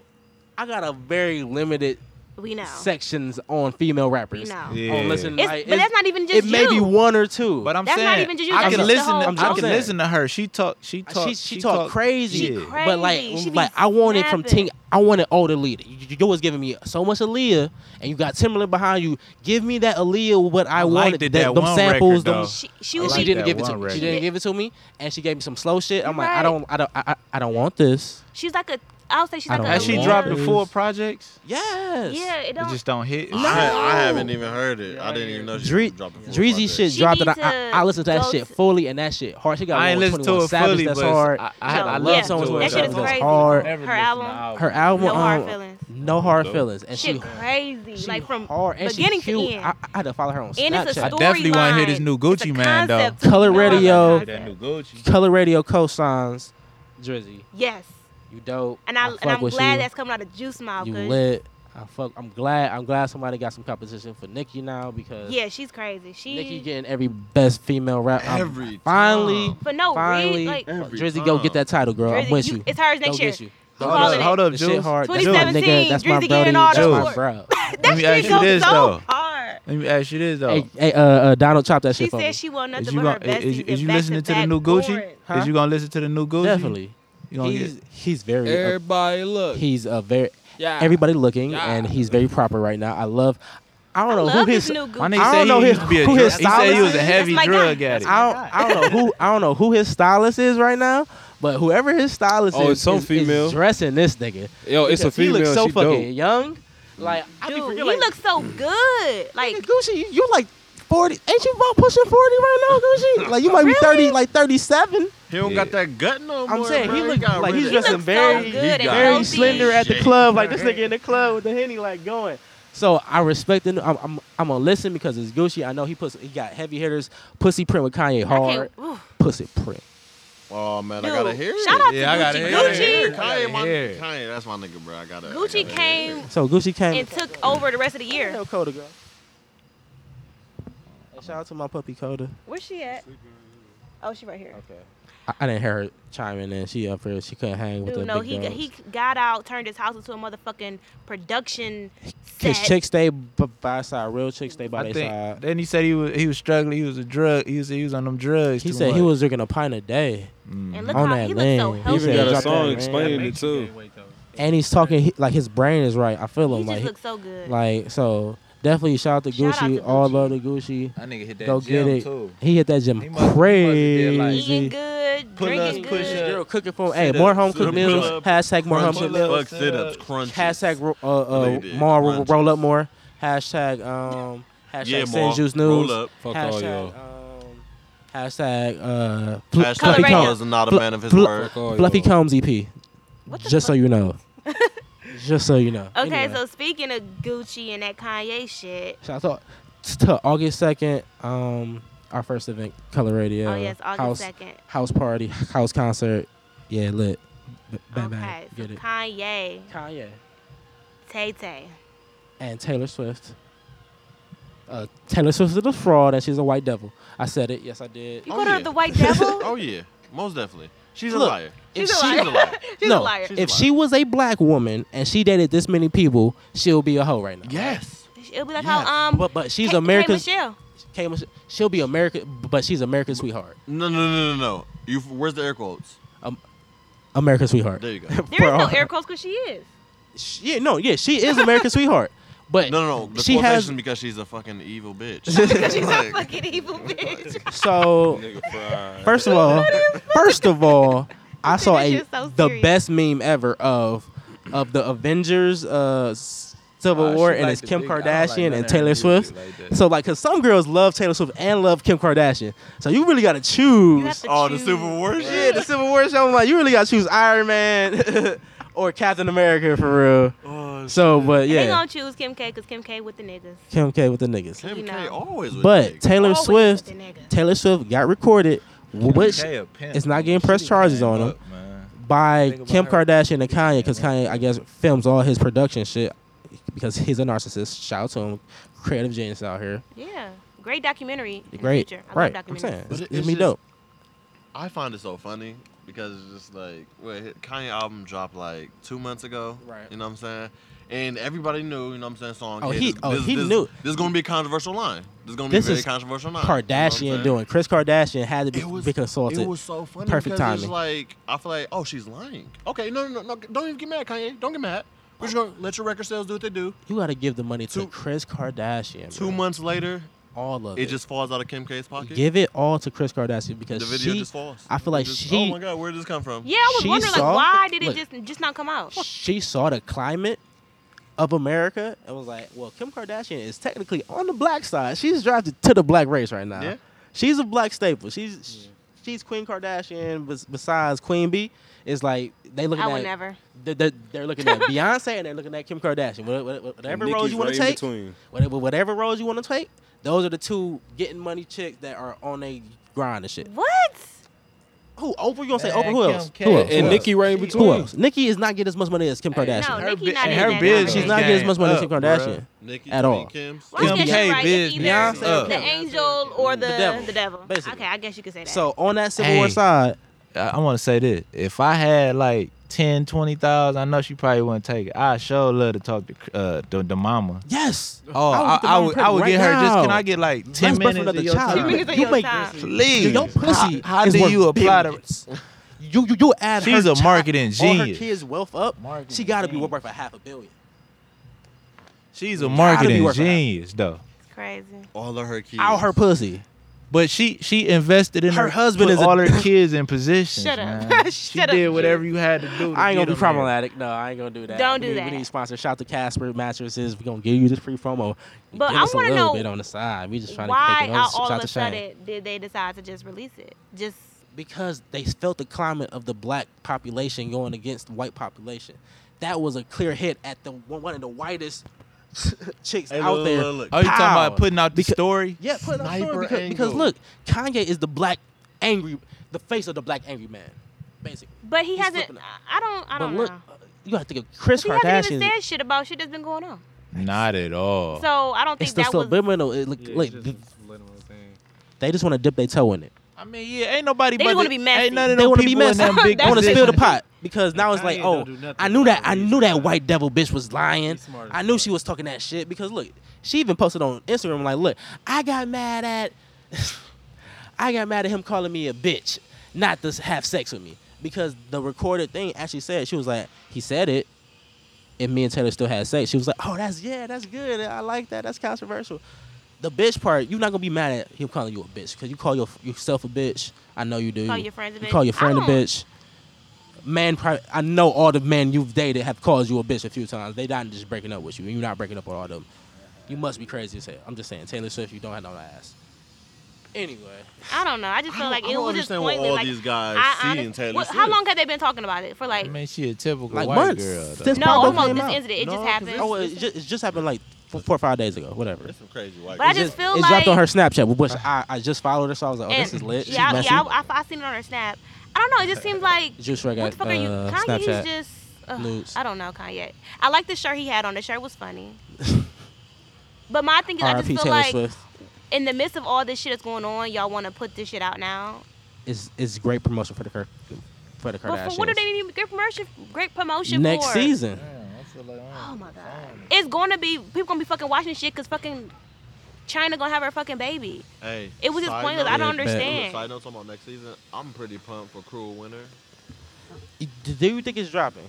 I got a very limited We know. sections on female rappers. know. On Yeah. listen, It's- like, but that's not even it just may be you. one or two. But I'm That's saying not even just you, I that's can just the listen whole- to I'm I just can saying. listen to her. She talk she Uh, talk she she, talk, crazy, Yeah. but like crazy. She be like I wanted from snapping. Ting. I wanted all the lead. You, you- you was giving me so much Aaliyah, and you got Timberland behind you. Give me that Aaliyah, what I, wanted. it, that them one samples, record, them. though. She- she and was she like- didn't that give it to one me. She record. didn't give it to me, and she gave me some slow shit. I'm You're like, right. I don't, I don't, I, I, I don't want this. She's like a. I'll say she's I like a. don't Has she want dropped the this. four projects? Yes. Yeah, it It don't. just don't hit. I, I haven't even heard it. I didn't even know she Dre- dropped it. Dreezy shit She dropped, and need I, to I, I listened to that go shit to- fully, and that shit hard. She got I one ain't with listened 21 to it Savage fully, that's but hard. I- I- No, I yeah. love songs with That shit is that's crazy. hard. Her album. Her album, No hard um, feelings. no hard feelings, and Shit she crazy. She like from hard and she beginning to cute. end. I, I had to follow her on And it's a Snapchat. story definitely wanna hear this line. new Gucci It's a Man, though. concept. Color No, it's a Radio. concept. That new Gucci. Color Radio co-signs Drizzy. Yes. You dope. And I, fuck and I'm with glad you. that's coming out of Juice mouth. you 'cause- lit. I fuck. I'm glad. I'm glad somebody got some competition for Nicki now because Yeah, she's crazy. She Nicki getting every best female rap. I'm Every finally, time. But no, re- finally, like- Every Drizzy, go get that title, girl. I'm Drizzy, with you- you. it's hers next go year. Get you. I'm Hold calling up, it. hold up, This shit Jules. hard. That's my 2017, nigga. That's my Drizzy brother. getting all That's the my awards. bro. Let me shit ask you goes this so though. hard. Let me ask you this though. Hey, hey, uh, uh, Donald, chop that shit She for me. said she want nothing Is but you her gonna besties. is, is you back listening to the new Gucci? Huh? Is you gonna listen to the new Gucci? Definitely. You gonna he's get he's very everybody look. He's a very Yeah. everybody looking, and he's very proper right now. I love. I don't know love who his. this new Gucci. My I nigga say don't know he his, used to be a who drug- his he said he was a stylist- heavy my guy. drug addict. I don't, I don't know who I don't know who his stylist is right now, but whoever his stylist Oh, is, it's some is, is female. dressing this nigga. Yo, it's a Because He looks female, so she fucking dope. young. Like I be Dude, forgetting, he like, looks so good. Like Gucci, you, you like forty? Ain't you about pushing forty right now, Gucci? Like you might be thirty, like thirty-seven. He don't got that gut no more. I'm saying he bro. look got like rid he's of dressing that. very, good and very healthy. slender at the Shit. club. Like this nigga in the club with the henny like going. So I respect him. I'm, I'm, I'm gonna listen because it's Gucci. I know he puts, he got heavy hitters. Pussy print with Kanye hard. oof. Pussy print. Oh man, I Dude, gotta hear shout it. out to Yeah, I gotta Gucci. hear it. Gucci- Kanye, my, hear it. Kanye, that's my nigga, bro. I gotta. I Gucci gotta came So Gucci came. and took over the rest of the year. Yo, Coda girl. Hey, shout out to my puppy Coda. Where's she at? Oh, she right here. Okay. I, I didn't hear her chiming in. She up here. She couldn't hang with Dude, the no, big he dogs. he got out, turned his house into a motherfucking production set. Cause chicks stay b- by side. Real chicks stay by I their think. side. Then he said he was he was struggling. He was a drug. He was he was on them drugs. He too said he much. was drinking a pint a day. And look on how that he lane. looks so He He healthy. said even got a drop that song ring. explaining it too. and he's talking he, like his brain is right. I feel him. He just like looks so good. Like so, definitely shout out to Shout out Gucci. to All love to Gucci. That nigga hit that Go gym, get it. too. He hit that gym He must- he must crazy. did, like, Eating good, drinking Pull-ups, good. push-ups. Girl, cooking for hey Sit-ups, more home cooked sit-ups, meals. pull-ups, Hashtag more home crunches, cooked Fuck meals. sit-ups, crunches. Hashtag ro- uh, They uh did more roll, crunches. roll up more. Hashtag um hashtag Yeah, send Mar, juice roll news. up. Fuck all hashtag, all um, hashtag uh fl- Hashtag fluffy Color combs. is not a Fl- man of his fl- word. Fuck all Fluffy y'all. combs EP. Just so you know. Just so you know. Okay, Anyway. so speaking of Gucci and that Kanye shit, Shout out to- to August 2nd, um, our first event, Color Radio. Oh, yes, August house, 2nd. House party, house concert. Yeah, lit. B- Bad, bad. okay, so Get it. Kanye, Kanye. Tay Tay, and Taylor Swift. Uh, Taylor Swift is a fraud and she's a white devil. I said it. Yes, I did. You called her the white devil? oh yeah, most definitely. She's Look, a liar. if she's she- a liar. She's no, a liar. if she was a black woman and she dated this many people, she'll be a hoe right now. Yes. It'll be like how um but but she's Kate- America's. Kate Michelle. Kate Mich- she'll be America, but she's America's sweetheart. No, no, no, no, no. You, where's the air quotes? America's sweetheart. There you go. There is no air quotes because she is. Yeah, no, yeah, she is America's sweetheart. But no, no, no. The she quotation has because she's a fucking evil bitch. Because she's a Like, fucking evil bitch. So, first of all, first of all, I saw a shit's so the serious. best meme ever of of the Avengers uh, s- Civil Oh, she War, and like it's the Kim big- I don't like Kardashian none and of Taylor that Swift. music like that. so, like, cause some girls love Taylor Swift and love Kim Kardashian. So you really gotta choose. oh, the Civil War shit. Yeah, the Civil War show. I'm like, you really gotta choose Iron Man or Captain America for real. Oh, so, but They yeah, gonna choose Kim K because Kim K with the niggas. Kim K with the niggas. Kim K always But Taylor Always Swift, with the niggas. Taylor Swift got recorded, which K a pimp, it's not getting press charges on him by Kim Kardashian and Kanye, because Kanye, I guess, films all his production shit because he's a narcissist. Shout out to him, creative genius out here. Yeah. Great documentary. in the Great, future. I right? Love I'm documentaries. saying But it's, it- it's it's me just- dope. I find it so funny because it's just like, wait, his- Kanye album dropped like two months ago. Right. You know what I'm saying? And everybody knew, you know what I'm saying, song. Oh, hit. he- this, oh, this, he this- knew. This is going to be a controversial line. This is going to be a This very is controversial line. Kardashian you know what I'm saying? doing. Chris Kardashian had to be, It was- be consulted. It was so funny Perfect because timing. it's like, I feel like, oh, she's lying. Okay, no, no, no, no don't even get mad, Kanye. Don't get mad. We're just going to let your record sales do what they do. you got to give the money to Chris Kardashian. Two bro. months later, all of it, it. just falls out of Kim K's pocket. Give it all to Chris Kardashian because the video she, just falls. I feel like Just, she, oh my God, where did this come from? Yeah, I was She wondering saw- like why did it look. just just not come out? she saw the climate of America and was like, well, Kim Kardashian is technically on the black side. She's drafted to the black race right now. Yeah. She's a black staple. She's she's Queen Kardashian. bes- Besides Queen B, it's like they looking I at would never. They're, they're, they're looking at Beyonce and they're looking at Kim Kardashian. Wha- wha- wha- Whatever Nicki's roles you want right to in take, between. whatever whatever roles you want to take, those are the two getting money chicks that are on a grind and shit. What? Who Oprah? You gonna say Man, Oprah? Who Kim else? K. Who else? And Who Nicki else? right in Who between. else? Nicki is not getting as much money as Kim Kardashian. no, Nicki not in her that business She's genre. not getting as much money as up, Kim Kardashision bruh. Nicki, at all. Kim's. Well, I Kim guess you're K right. biz It's either Beyonce. the angel or the the devil, devil. basically. Okay, I guess you could say that. So on that Civil War Hey. side, I, I want to say this. If I had like 10, 20,000, I know she probably wouldn't take it. I sure love to talk to uh, the, the mama. yes. Oh, I, I, would, I would get her just, can I get like 10 birth minutes another of your child. time? You Because of you your make- time. Please. Your pussy How, how is do worth you apply to billions. You you you add She's her a chi- marketing All her genius. kids' wealth up. she got to be worth a half a billion. She's a Gotta be marketing worth it. genius, though. It's crazy. All of her kids. Out her pussy. But she she invested in Her her, husband put is a- all her kids in positions. Shut up. man. Shut she up, did Juice. whatever you had to do. to I ain't gonna get be them there. problematic. No, I ain't gonna do that. Don't we do need, that. We need sponsors. Shout out to Casper Mattresses. We gonna give you this free promo. But give I us a wanna little know bit on the side. We just trying to Why take it out on. all Shout out of to a Shane. sudden did they decide to just release it? Just because they felt the climate of the black population going against the white population. That was a clear hit at the one one of the whitest chicks Hey, out look, there. look, look. Oh, you talking Pow. about putting out the Because- story? Yeah, put it on Sniper story because, because angle. look, Kanye is the black angry, the face of the black angry man, basically. but he He's hasn't. flipping it. I don't. I But don't look, uh, know. You gotta think of Chris He hasn't even Kardashian. said shit about shit that's been going on. Not at all. So I don't think It's the that was. subliminal. It, look, look, th- they just want to dip their toe in it. I mean, yeah, ain't nobody. They but wanna the- be messy. Ain't none of They them want to be people in messy. them big They want to positions. spill the pot because now it's like, Kanye oh, don't do nothing I knew that. I about it. knew that white devil bitch was lying. smart as I knew she was talking that shit because look, she even posted on Instagram like, look, I got mad at, I got mad at him calling me a bitch, not to have sex with me because the recorded thing actually said she was like, he said it. And me and Taylor still had sex. She was like, "Oh, that's yeah, that's good. I like that. That's controversial." The bitch part, you're not gonna be mad at him calling you a bitch because you call your, yourself a bitch. I know you do. Call your friends a You bitch. call your I friend a don't- bitch. Man, pri- I know all the men you've dated have called you a bitch a few times. They not just breaking up with you, and you're not breaking up with all of them. You must be crazy as hell. I'm just saying, Taylor Swift, you don't have no ass. Anyway, I don't know. I just feel don't- like I it don't was just understand what pointless. all like, these guys I see honest- in Taylor what- How Swift. long have they been talking about it? For like I mean, she a typical like white months. girl. though. This no, pop-up almost came this out. incident. It No, just 'cause happened. Oh, it just, it just happened like four, four or five days ago. Whatever. Some crazy white. But I It just feel it like dropped on her Snapchat, which I, I just followed her, so I was like, oh, and this is lit. She's Yeah, messy. yeah. I, I, I seen it on her snap. I don't know. It just seems like Juice WRLD what the got, fuck are you? uh, Kanye's Snapchat just. ugh, nudes. I don't know Kanye. I like the shirt he had on. The shirt was funny. But my thing is, I just R.I.P. feel Taylor like Swift. in the midst of all this shit that's going on, y'all want to put this shit out now. It's it's great promotion for the Kirk, for the But for what do Kardashians. they need great promotion? Great promotion Next for? season. Oh my god, it's gonna be people gonna be fucking watching shit because fucking China gonna have her fucking baby. Hey, It was just side pointless. I note- don't Yeah, bet. understand. Side note talking about next season. I'm pretty pumped for Cruel Winter. Do you think it's dropping?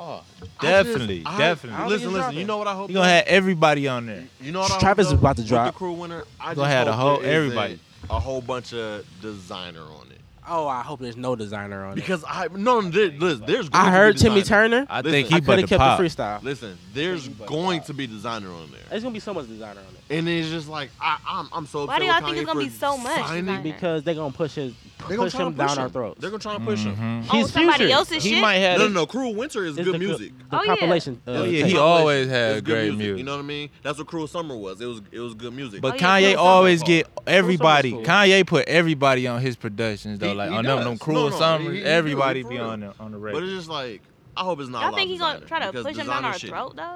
Oh, Definitely, definitely. listen, listen. You know what I hope. You gonna have everybody on there. You know what I hope Travis is though? about to With drop. the Cruel Winter. You I just gonna have the hope whole there is everybody. A, a whole bunch of designer on it. Oh, I hope there's no designer on Because I no, no there, listen, there's. I going to heard be Timmy designer. Turner. I think he I coulda about to kept the pop. freestyle. Listen, there's going to be designer on there, There's gonna be so much designer on it. and it's just like I, I'm, I'm so. Why do upset y'all think it's gonna with Kanye be for so much signing- designer? Because they're gonna push his They gonna push try to him down push our him. throats. They're gonna try to push him. Mhm. Oh, somebody else's He shit? might have. no, no, no. Cruel Winter is It's good the cl- music. the Oh, yeah. compilation, uh, It's Oh, good yeah, he compilation. always It's had good great music. You know what I mean? That's what Cruel Summer was. It was it was good music. But Kanye always get everybody. Kanye put everybody on his productions though, He- like he on them, does. them No, cruel no, he- summers. he do, he everybody for be real. on the on the But it's radio. just like I hope it's not. Y'all a lot think of he gonna designer, try to because push him down designer our shit- throat though?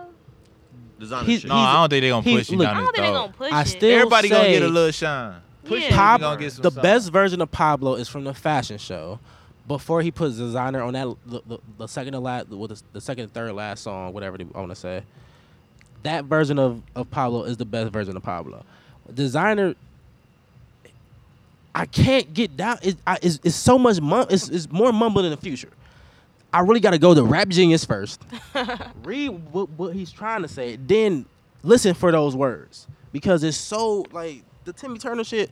Designer He's- shit. No, I don't think they gonna he's- push you look, I down his don't think they throat. gonna push I it. still Everybody gonna get a say- little shine. Yeah. it, we Pab- gonna get some the sun. best version of Pablo is from the fashion show. Before he puts designer on that, the, the, the second to last, well, the, the second to third last song, whatever they- I want to say, that version of, of Pablo is the best version of Pablo. Designer, I can't get down. It, I, it's, it's so much, mum, it's, it's more mumbled in the future. I really got to go to Rap Genius first. Read what, what he's trying to say, then listen for those words because it's so like the Timmy Turner shit.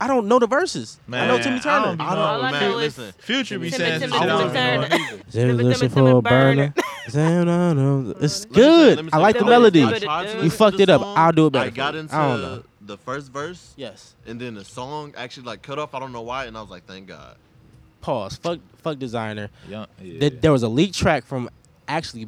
I don't know the verses. I know Timmy Turner. don't be knowing, All I man. know is Listen, Future be Timmy, saying some Timmy, shit. Timmy I don't Turner. know either. They was looking Timmy, for a burner. it's let good. me I say like the something. melody. I tried to You listen fucked to it up. the I'll do it song. better. I got for you. into I don't know. the first verse. Yes. And then the song actually like cut off. I don't know why. And I was like, thank God. Pause. Fuck. Fuck designer. Yeah, There, there was a leak track from actually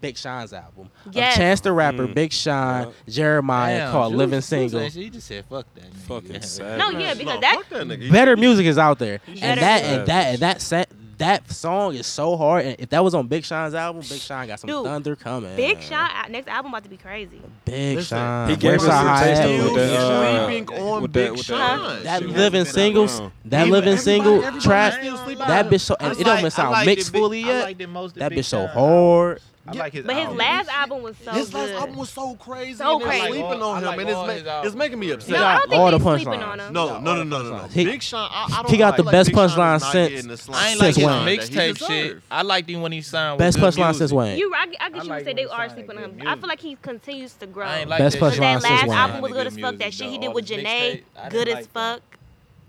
Big Sean's album. of Yes. Chance the Rapper, Mm. Big Sean, Jeremiah Damn, called Juice- Living Juice Single. actually- He just said fuck that. Fucking sad. No, yeah, because that better music is out there, he and should that be and that and that set that song is so hard. And if that was on Big Sean's album, Big Sean got some Dude, thunder coming. Big Sean uh, next album about to be crazy. Big Listen, Sean. he gave Where's us our some high taste hat? with that, uh, Sleeping on with Big that, with Sean. that, That uh, shit was living been singles, around. that He- living everybody- single everybody track, still sleeping that on bitch so I and it like- don't even I sound like mixed the Big- fully I yet. like the most of that Big bitch so Sean. hard. I like his But his album. last album was so his good. last album was so crazy. So and they're crazy. Sleeping I like all- on I him, like and it's, all ma- his albums. it's making me upset. No, I don't all think the he's sleeping punchlines. on him. No, no, no, no, no, no. He- Big Sean, I, I don't he got like the like best Big Sean is punchline not since- getting the slime I ain't like Since his when? mixtape shit. I liked him when he signed. Best with good punchline since music. when? You, I, I guess you like would say they when are Sonic sleeping on him. did I music. feel like he continues to grow. I ain't like Best that punchline but shit. that since last when? album was good as Music, fuck. That shit he though. did All with the mixtape, Janae, I didn't good as like fuck. that.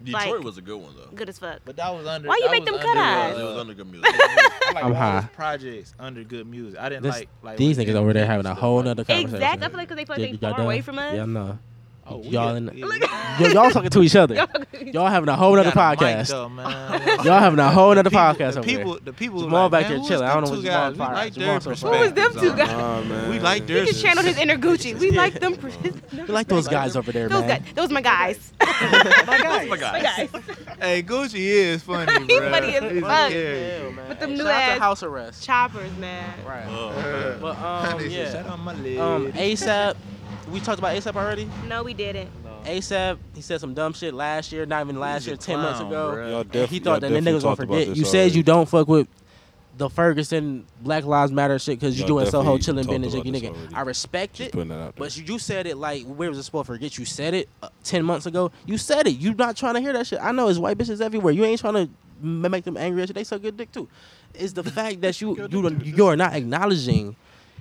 Detroit like- was a good one though. Good as fuck. But that was under. Why you that make them was cut under, eyes? It uh, was under good music. I like I'm all high. those Projects under good music. I didn't This- like. like these when niggas they- over there having a whole nother conversation. Exactly. I feel like 'cause they feel like Yeah, they you far got that? away from us. Yeah, I know. Oh, we y'all got- in the, yeah. Yo, y'all talking to each other. Y'all- Y'all having a whole We nother got a mic, podcast. though, man. Y'all having a whole nother The people- podcast The over people, there. the people were Jamal like, back "Man, there who chilling. is I don't them know what two Jamal guys? fire- We like Jamal their so perspective. far. Who is them two guys? Nah, man. We like He their. can channel his inner Gucci. We like them. pres- We like those guys over there, Those guys. man. Those my guys. My My guys. guys. Hey, Gucci is funny, He bro. funny as He's fuck. scary. With them Hey, new shout out to ass house arrest. choppers, man. Right. Uh, man. But um, This is yeah. shut on my lid. Um, ASAP. We talked about ASAP already. No, we didn't. ASAP. He said some dumb shit last year. Not even last year. a Ten months clown, ago. bruh. Y'all And def- he y'all thought that the definitely niggas gonna talked about forget. this You already. said you don't fuck with the Ferguson Black Lives Matter shit because you Y'all doing Soho definitely chilling, been a talked about jiggy this nigga. already. I respect Just it. putting that out there. But you, you said it like where was the sport forget you said it uh, ten months ago. You said it. You not trying to hear that shit. I know it's white bitches everywhere. You ain't trying to make them angry at you. They suck good dick too. It's the fact that you you don't- you are not acknowledging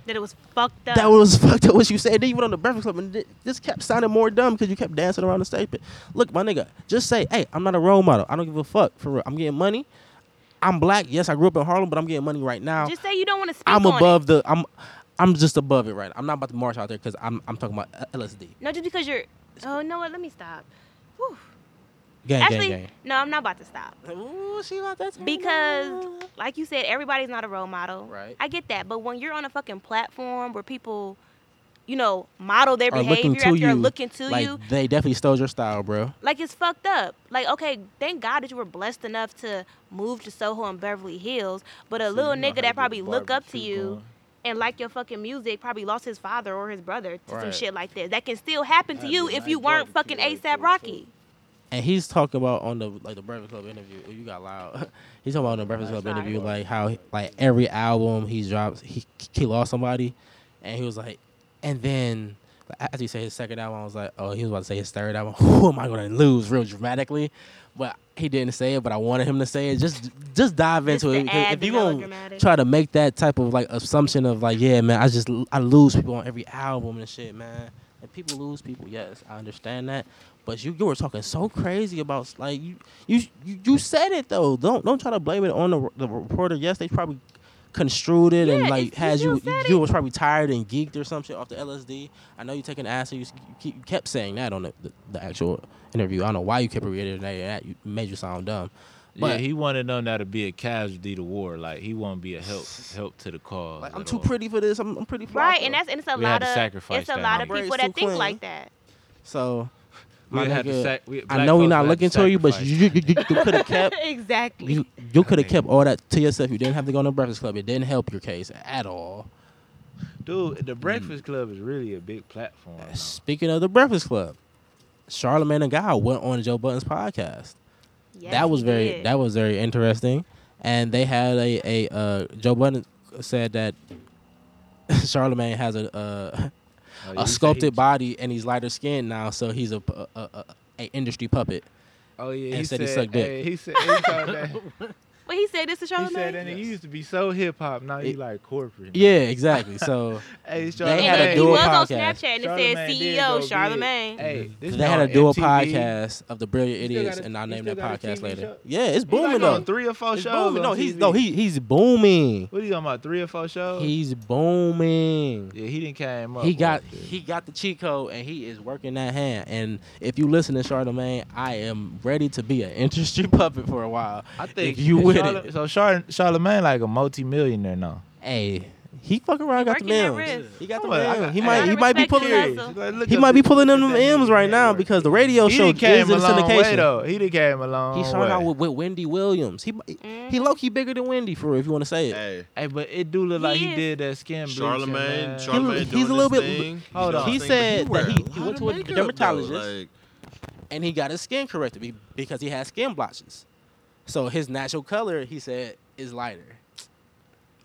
That it was fucked up. that was fucked up what you said. Then you went on the Breakfast Club and thi- this kept sounding more dumb because you kept dancing around the stage. But look, my nigga, just say, hey, I'm not a role model. I don't give a fuck for real. I'm getting money. I'm black. Yes, I grew up in Harlem, but I'm getting money right now. Just say you don't want to speak I'm on above it. the I'm I'm just above it right now. I'm not about to march out there because I'm I'm talking about uh, LSD. No, just because you're. Oh no, what? Let me stop. Whew. Gang, Actually, gang, gang. no, I'm not about to stop. Ooh, she about that Because, like you said, everybody's not a role model. Right. I get that, but when you're on a fucking platform where people, you know, model their Are behavior after you, are looking to like, you, They definitely stole your style, bro. like it's fucked up. Like, okay, thank God that you were blessed enough to move to Soho and Beverly Hills, but a little nigga that probably look up to you and like your fucking music, probably lost his father or his brother to some Right. shit like that. That can still happen to you if you weren't fucking ASAP Rocky. And he's talking about on the like the Breakfast Club interview. Oh, you got loud. he's talking about on the Breakfast Club interview like how like every album he drops he he lost somebody, and he was like, and then like, after he said his second album, I was like, oh, he was about to say his third album. Who am I gonna lose real dramatically? But he didn't say it, but I wanted him to say it. Just just dive into it. 'cause add If the you gonna try to make that type of like assumption of like, yeah, man, I just I lose people on every album and shit, man. And people lose people, yes, I understand that. But you, you were talking so crazy about like you you you, you said it though. Don't don't try to blame it on the, the reporter. Yes, they probably construed it and Yeah, like it's- you has you still said you it. was probably tired and geeked or some shit off the LSD. I know you taking acid. You, s- you keep- you kept saying that on the, the, the actual interview. I don't know why you kept reiterating that. You made you sound dumb. yeah, But he wanted them now to be a casualty to war. Like he won't be a help help to the cause. I'm too pretty for this. I'm, I'm pretty fly. Right, and that's and it's a We had lot to of sacrifice it's a that lot of money. people Brace that too think clean. like that. So, We my had to nigga, sac- we- I black know we're folks not had to looking to you, but you, you, you, could have kept. exactly. You, you could have kept all that to yourself. You didn't have to go on the Breakfast Club. It didn't help your case at all. Dude, the Breakfast Club is really a big platform. Speaking of the Breakfast Club, Charlamagne and Guy went on Joe Button's podcast. that was very that was very interesting, and they had a a uh, Joe Button said that Charlamagne has a uh, Oh, you a say sculpted body and he's lighter skinned now, so he's a a, a, a- a industry puppet. Oh yeah, and he said, said, he sucked dick. hey, he said he called that- But he said this to He said that Charlamagne. nigga used to be so hip hop, now he It- like corporate. Yeah, exactly. So Hey, it's they had Charlamagne. a He dual was on podcast. Snapchat and it said E Charlamagne did go CEO big. Charlemagne. Hey, this They is had a on dual MTV. podcast of the brilliant still idiots, got a- and I'll he name still that got a podcast TV later. show? Yeah, it's He like booming on though. three or four It's shows booming. on No, he's TV. no he he's booming. What are you on about three or four shows? He's booming. yeah, he didn't came up. He with got it. he got the cheat code and he is working that hand. And if you listen to Charlemagne, I am ready to be an industry puppet for a while. I think if you that with Charla- it, So Char- Charlemagne like a multi-millionaire now. Hey, he fuck around got the M's. He got the M's. He might he might be pulling he up might be pulling them M's right now because the radio He show done is came in a long way, syndication. though. He done came a long Oh, He started out way. with, with Wendy Williams. He he low key bigger than Wendy for real, if you want to say it. Hey. Hey, but it do look like he did that skin bleaching, Charlemagne- man. Charlemagne He- he's a little bit. Hold on. He said that he, he went lot of to a makeup, though, dermatologist like- and he got his skin corrected be- because he had skin blotches. So his natural color, he said, is lighter.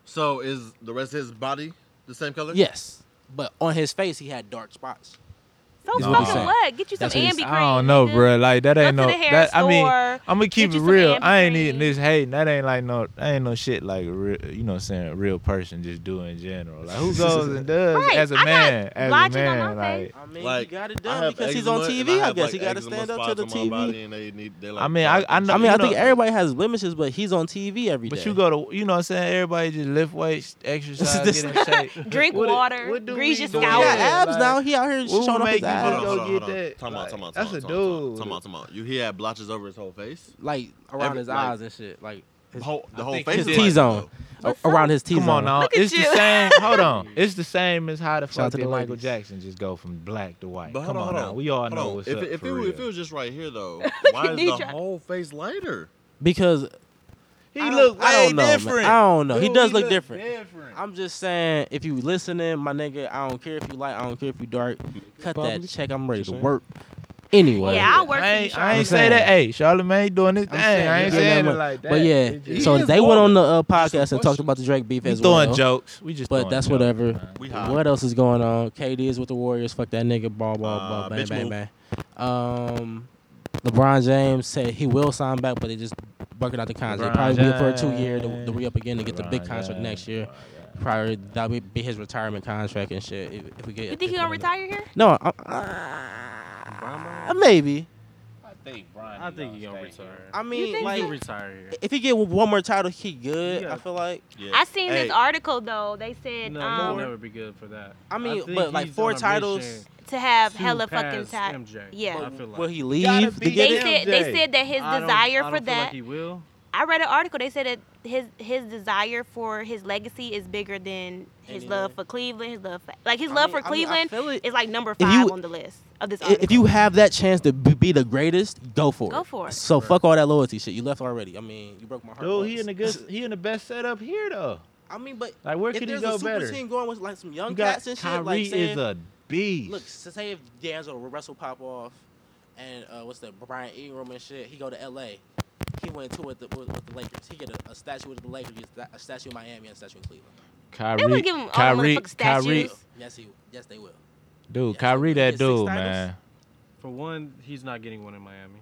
So is the rest of his body the same color? Yes, but on his face he had dark spots. So Is fucking he said. what? Get you some That's what he Ambi said. cream. I don't know, bro. Like that ain't no. the hair That I mean, store, I'm gonna get keep you it some real. Ambi I ain't eating this hating. That ain't like no. That ain't no shit like a real. You know, what I'm saying a real person just do in general. Like who goes and does Right, as a I got man, as a blotches on man. my face. Like I mean, Like, he got it I done have because he's on eczema, and TV. I I, have, guess like, he got to eczema stand up to spots the on my body TV. and they need- they, I mean, I, I know. I mean, you I know- think everybody has blemishes, but he's on TV every day. But you go to, you know what I'm saying? Everybody just lift weights, exercise, get in shape. Drink What it- water. grease your do scalp. that? abs Like, now. He out here what showing would off make his you abs. wanna go get that? Talk about, Like, talk about, that's talk a about, talk about, dude. Talk about, talk about. You he had blotches over his whole face, like around his eyes and shit, like the whole the I whole think face. his is T zone, black, around his T zone. Come on now. It's the same. Hold on. It's the same as how the Shout out fuck to did the Michael ladies. Jackson just go from black to white? But Come hold on, on hold now. on. We all Hold know on. what's if, up If for it, was- real. if it was just right here though, at why is the Deidre. whole face lighter? because He I don't- look I way don't know, man. different. I don't know. he Dude, does he look look different. I'm just saying, if you listening, my nigga, I don't care if you light, I don't care if you dark. Cut that check. I'm ready to work. Anyway, Yeah, I'll work for I you, ain't, I I'm ain't say saying. that. Hey, Charlemagne doing this thing. I ain't Yeah, saying that it one. like that. But It yeah, just- so they went on the uh, podcast and talked about the Drake beef We as throwing well. jokes. We just But throwing that's jokes, whatever. man. We hot. What else is going on? KD is with the Warriors. Fuck that nigga. Ball, ball, ball. Uh, Bang, bitch bang, move. bang. Um, LeBron James said he will sign back, but they just bucket out the contract. LeBron Probably be for a two year to, to James. re up again to get the big LeBron contract James. next year. Probably that would be his retirement contract and shit. If, if we get. You think he gonna retire here? No, I, I, maybe. I think he gonna retire. I mean, think like, so? retire here. If he get one more title, he good. Yeah. I feel like. I seen this article though. They said No, um, he'll never be good for that. I mean, think but like he's four on a titles. mission. to have to hella fucking pass time. MJ, Yeah. I feel like. Will he Gotta leave to be they get it? said they said that his I don't- desire I for don't feel like that. he will. I read an article. They said that his his desire for his legacy is bigger than his love for Cleveland. His love, for, like his I love mean- for I mean, I Cleveland, is like number If five you- on the list of this I- article. If you have that chance to b- be the greatest, go for it. Go for it. So fuck all that loyalty shit. You left already. I mean, you broke my heart. Dude, he once. in the good. He in the best setup here though. I mean, but Like, where if could he there's go a super better? team going with like some young You got cats and shit, Kyrie like is saying, a beast. Look, s- say if D'Angelo Russell pop off, and uh, what's that Brian Ingram and shit, he go to L.A. He went to with the, with, with the Lakers. He get a, a statue with the Lakers, he get a statue in Miami, and a statue in Cleveland. Kyrie, give 'em all the Kyrie, motherfucking Kyrie, statues. Yes, he. Yes, they will. dude, Kyrie, that dude, man. For one, he's not getting one in Miami.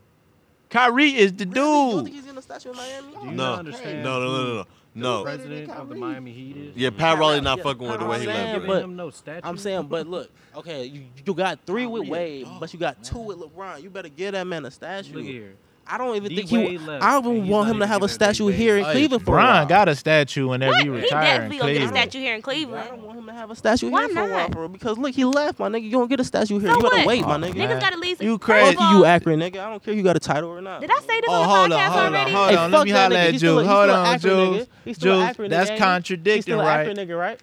Kyrie is the dude. He's in a statue in Miami. Do No. you not understand? No, no, no, no, no. who No. The president of the Miami Heat is. Yeah, Pat Riley not Yeah, fucking with the I'm way he saying, left. it. but- I'm saying, but look, okay, you, you got Oh, three with Wade, but you got two with LeBron. You better give that man a statue. Look here. I don't even think D-Wade he. wa- left, I don't even want him to have a statue here in Cleveland for a Bron while. got a statue whenever What? he He retired definitely gonna get in a Cleveland. statue here in Cleveland. I don't want him to have a statue Why here for a while, not? bro. Because look, he left, my nigga. You don't get a statue here. So you gotta what? wait, my Oh, nigga. niggas gotta leave- You First of crazy? all- You Akron, nigga. I don't care. if You got a title or not. Did I say this Oh, on the hold podcast on, hold on, already? hold on. Let me holler at still- Jules. he's Hold still an on, Akron Jules. nigga. He's still an Jules, Akron that's nigga, ain't he? He's contradicting, still an right? Akron nigga, right?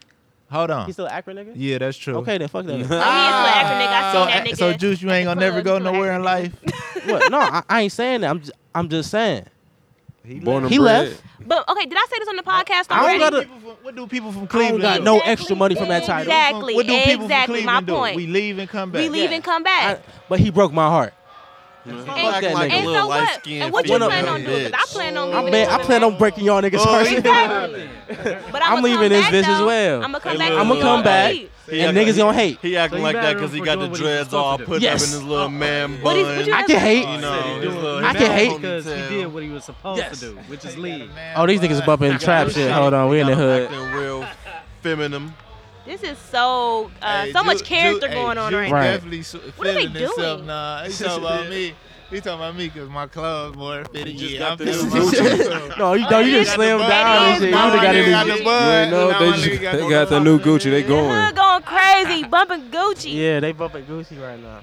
Hold on. He's still an Akron nigga. Yeah, that's true. Okay, then fuck that. nigga. so, so Juice, you ain't gonna never go nowhere in life. what? No, I, I ain't saying that. I'm just, I'm just saying. He Born left. He left. But okay, did I say this on the podcast I already? don't gotta. What do people from I don't Cleveland got do? no extra money from that title. Exactly. What do people from exactly. My Cleveland do? point. We leave and come back. We leave and come back. But he broke my heart. and, that and nigga. so what? And what you female plan on doing? 'Cause I plan on I leaving. bet I plan on breaking y'all niggas' hearts. Exactly. But I'm, I'm leaving this bitch as well. I'm gonna come Hey, back. look, I'ma to come you. back. Hey. And niggas gonna hate. He So acting you like that mad at because him he for got the doing what he was dreads supposed all to do. put up in Yes. his little man What bun. is- what you I can hate. You know, his little I can hate. Because he did what he was supposed to do, which is leave. Oh, these niggas bumping trap shit. Hold on, we in the hood. acting real feminine. This is so uh, so much character going on right, Right. now. Definitely so- What are they feeling himself. doing? Nah, he talking about me. He talking about me because my clothes more fitted. Yeah, I'm feeling myself. no, you no, you just slammed down and shit. You Now done my got nigga got in the the bud. No, Now they my just, nigga got they the got the new Gucci. They going. Hood going crazy, bumping Gucci. Yeah, they bumping Gucci right now.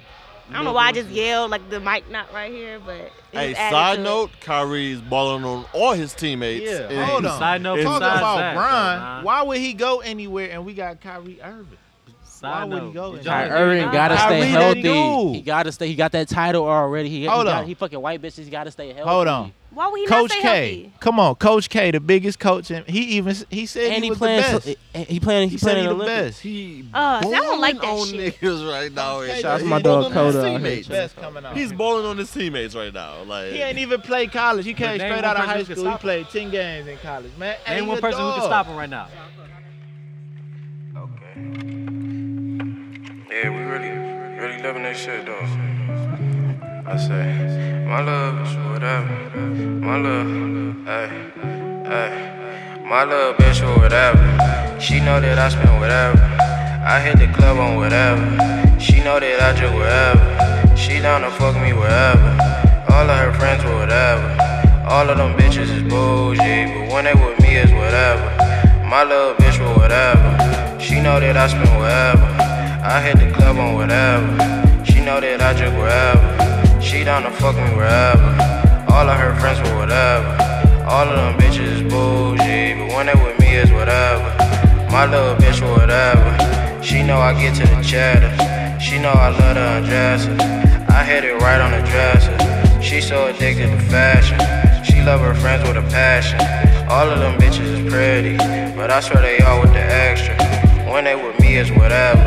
I don't know why I just yelled like the mic not right here, but Hey, his side attitude. note, Kyrie's balling on all his teammates. Yeah, And- hold on. Side note and- Talk about that, uh, Bron. though, nah. Why would he go anywhere and we got Kyrie Irving? Why would he note. go? Did anywhere? Kyrie Irving gotta stay Kyrie that healthy. dude. He gotta stay. He got that title already. He, Hold he, got, on. he fucking white bitches. He gotta stay healthy. Hold on. Why would Oh, he not Coach K, stay healthy? come on, Coach K, the biggest coach, and he even s- he said And he, he was playing. the so- best. and he playing. he He said playing he in the the Olympics. best. He Uh, see, I don't like balling that on shit. niggas right now. and Shout out to shit. my dog, He's balling on his Koda, out here. teammates. Best coming out. He's balling on his teammates right now. Like eh, He ain't even played college. He came But name straight one out of person high who can school. He stop him. played ten games in college, man. Name Hey, one a person who can dog. stop him right now. Yeah, we really, really loving that shit though. I say, my love is whatever. My love, ay, ay. My love bitch or whatever. She know that I spend whatever. I hit the club on whatever. She know that I drink whatever. She down to fuck me wherever. All of her friends were whatever. All of them bitches is bougie, but when they with me is whatever. My little bitch with whatever. She know that I spend whatever. I hit the club on whatever. She know that I drink wherever. She down to fuck me wherever. All of her friends with whatever. All of them bitches is bougie, but when they with me is whatever. My little bitch with whatever. She know I get to the cheddar. She know I love to undress her. I hit it right on the dresser. She so addicted to fashion. She love her friends with a passion. All of them bitches is pretty, but I swear they all with the extra. When they with me is whatever.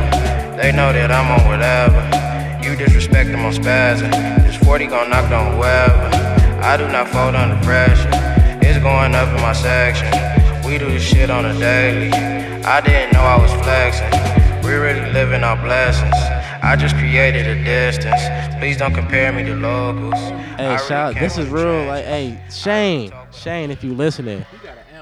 They know that I'm on whatever. You disrespect them on spazzing. This 40 gon' knock down whoever. I do not fold under pressure. It's going up in my section. We do this shit on a daily. I didn't know I was flexing. We really living our blessings. I just created a distance. Please don't compare me to locals. Hey, shout! This is real. Like, hey, Shane, Shane, if you listening,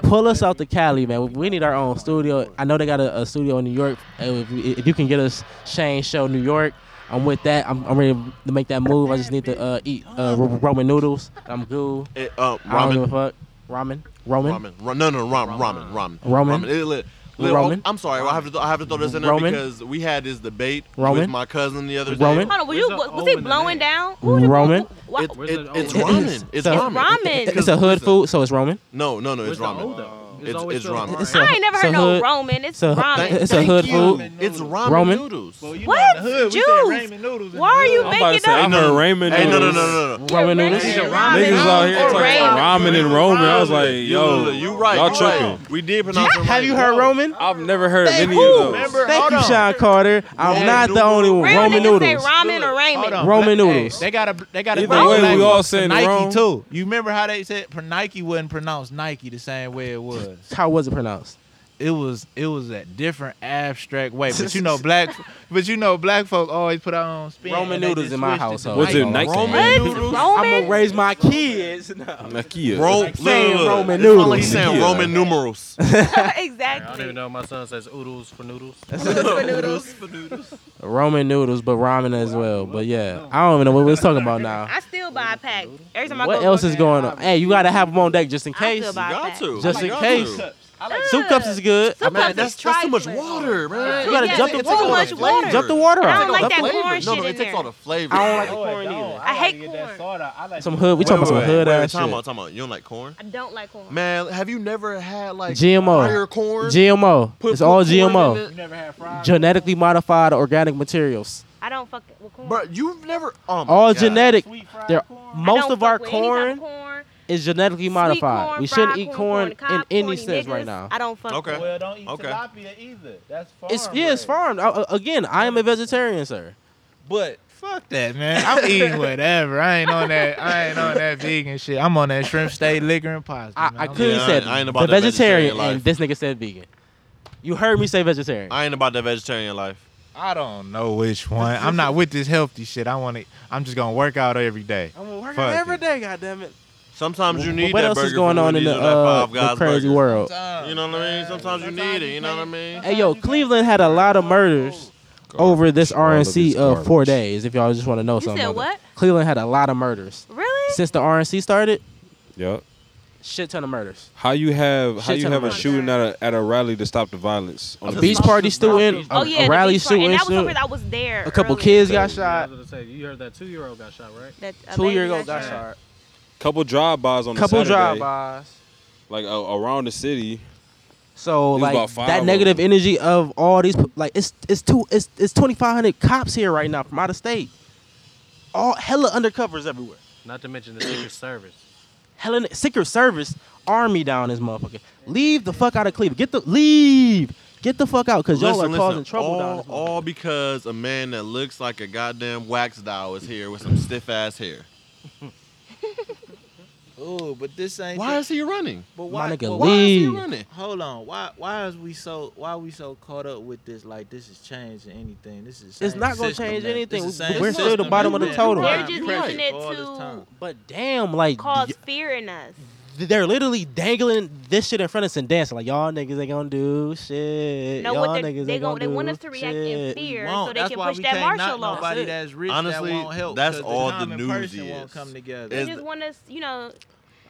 pull us out to Cali, man. We- We need our own studio. I know they got a, a studio in New York. Hey, If you, if you can get us Shane Show New York, I'm with that. I'm, I'm ready to make that move. I just need to uh, eat uh, Ro- Roman noodles. I'm good. It, uh, I don't ramen. give a fuck. Ramen, Roman. Ramen. Ra- no, no, ramen, ramen, ramen. Roman. It- li- li- oh, Roman. I'm sorry, I have to. th- I have to throw this in there Roman. because we had this debate with Roman. my cousin the other day. Roman. Hold on, were you, was, was he blowing down? Roman. Why- It's, it, it's ramen. It's a- ramen. Ramen. It's a hood food, so it's Roman. No, no, no. Where's It's the ramen. O, though? It's, it's, ramen. It's a- I ain't never it's a heard no hood- Roman. It's it's a- ramen. Thank- it's a hood food. It's ramen Roman? noodles. What? hood, we said Jews? Why are you I'm about to making say, I up? heard ramen Hey, no, no, noodles. no, no, no. Ramen noodles. Niggas out here talking about ramen and Roman. I was like, yo, you right, all you tripping. right. We did pronounce it Have right. you heard Roman? I've never heard Thank any you. of those. Thank you, Sean Carter. I'm not the only one. Real Roman niggas say noodles. ramen or Hold ramen. on. Roman Hey, noodles. they got a they got a Either way, we all saying Nike wrong. too. You remember how they said pr- Nike wasn't pronounced Nike the same way it was. How was it pronounced? It was it was a different abstract way, but you know black, but you know black folk always put our own spin. Roman and they noodles just in my switched household. Was it That's all I'm Nike? saying. Roman noodles? I'm gonna raise my kids. No. Nakia. Ro- Like, look, look, saying look. Roman It sound like noodles. He's saying Yeah. Roman numerals. exactly. I don't even know. My son says oodles for noodles. noodles. Roman noodles, but ramen as well. But yeah, I don't even know what we're talking about now. I still buy a pack. Every time I What go else is going on? Hey, you gotta have them on deck just in I still case. buy a pack. to. Just I in got case. to. Soup cups is good. Soup Man, cups that's, is that's too much trifling. water, man. You gotta Yeah, jump the it's too water. much water. Jump the water I out. don't like Jump that the water. corn No, shit no, in it takes all there. the flavor. I don't like the No, it corn don't. either. I like hate to get that corn. soda. I like Some to- hood. We talking about some hood ass Time out, shit. time out. You don't like corn? I don't like corn. Man, have you never had like GMO. fire corn? GMO. Put- It's put all corn in GMO. it. You never had fried. Genetically modified organic materials. I don't fuck with corn. Bro, you've never. Oh my All God. genetic. Sweet fried They're corn. I most don't of fuck our with any type of corn corn is genetically sweet modified. corn, we shouldn't fried eat corn, in cob any corn, sense niggas. right now. I don't fuck Okay. with. Well, Well, don't eat Okay. tilapia either. That's farm. It's yeah, it's raised. farm. I- I- again, I am a vegetarian, sir. But fuck that, man. I'm eating whatever. I ain't on that. I ain't on that vegan shit. I'm on that shrimp steak, liquor, and pasta. I, man. I I'm clearly Yeah, I said ain't- I ain't the about that vegetarian, vegetarian and life. this nigga said vegan. You heard me say vegetarian. I ain't about that vegetarian life. I don't know which one. I'm not with this healthy shit. I want to. I'm just gonna work out every day. I'm gonna work Fuck out it. every day, goddammit. Sometimes you Wh- need what that else is burger going from on in Wendy's the, or that uh, Five the Guys crazy burger. world? You know what I mean? Sometimes you need it. You know what I mean? Hey yo, Cleveland had a lot of murders over this RNC uh, four days. If y'all just want to know You something, said about that. what? Cleveland had a lot of murders Really? since the RNC started. Yup. Shit ton of murders. How you have how Shit you ton of have a money. shooting at a at a rally to stop the violence? on A the beach streets? party student, a, Oh yeah, a the rally beach party. And student, that was over. I was there. a couple earlier. kids got I shot. was gonna say, you heard that two-year-old got shot, right? That a Two baby year ago got got shot. Couple drive bys on Couple the Saturday, drive bys. like uh, around the city. So There's like about five that of negative them. energy of all these p- like it's it's two it's it's twenty five hundred cops here right now from out of state. All hella undercovers everywhere. Not to mention the Secret Service. Hella Secret Service army down this motherfucker. Leave the fuck out of Cleveland. Get the leave. Get the fuck out because y'all are causing trouble all, down this motherfucker. all because a man that looks like a goddamn wax doll is here with some stiff ass hair. Ooh, but this ain't. Why the- is he running? But My nigga but Why is he Leave. running? Hold on. Why? Why is we so? Why we so caught up with this? Like this is changing anything. This is. It's not gonna system change that- anything. this the same We're still the system bottom that of the we've total. been They're just running using it all this to- time. but damn, like Cause fear in us. y- they're literally dangling this shit in front of us and dancing like y'all niggas ain't gonna do shit. Know y'all what they niggas they gonna ain't gonna they do want us to react in shit. fear won't. so they That's can why push we that can't martial knock law. That's Nobody it. that's rich Honestly, that won't help. that's 'cause all the, the common news person is. Won't come together. They Is just the- want us, you know.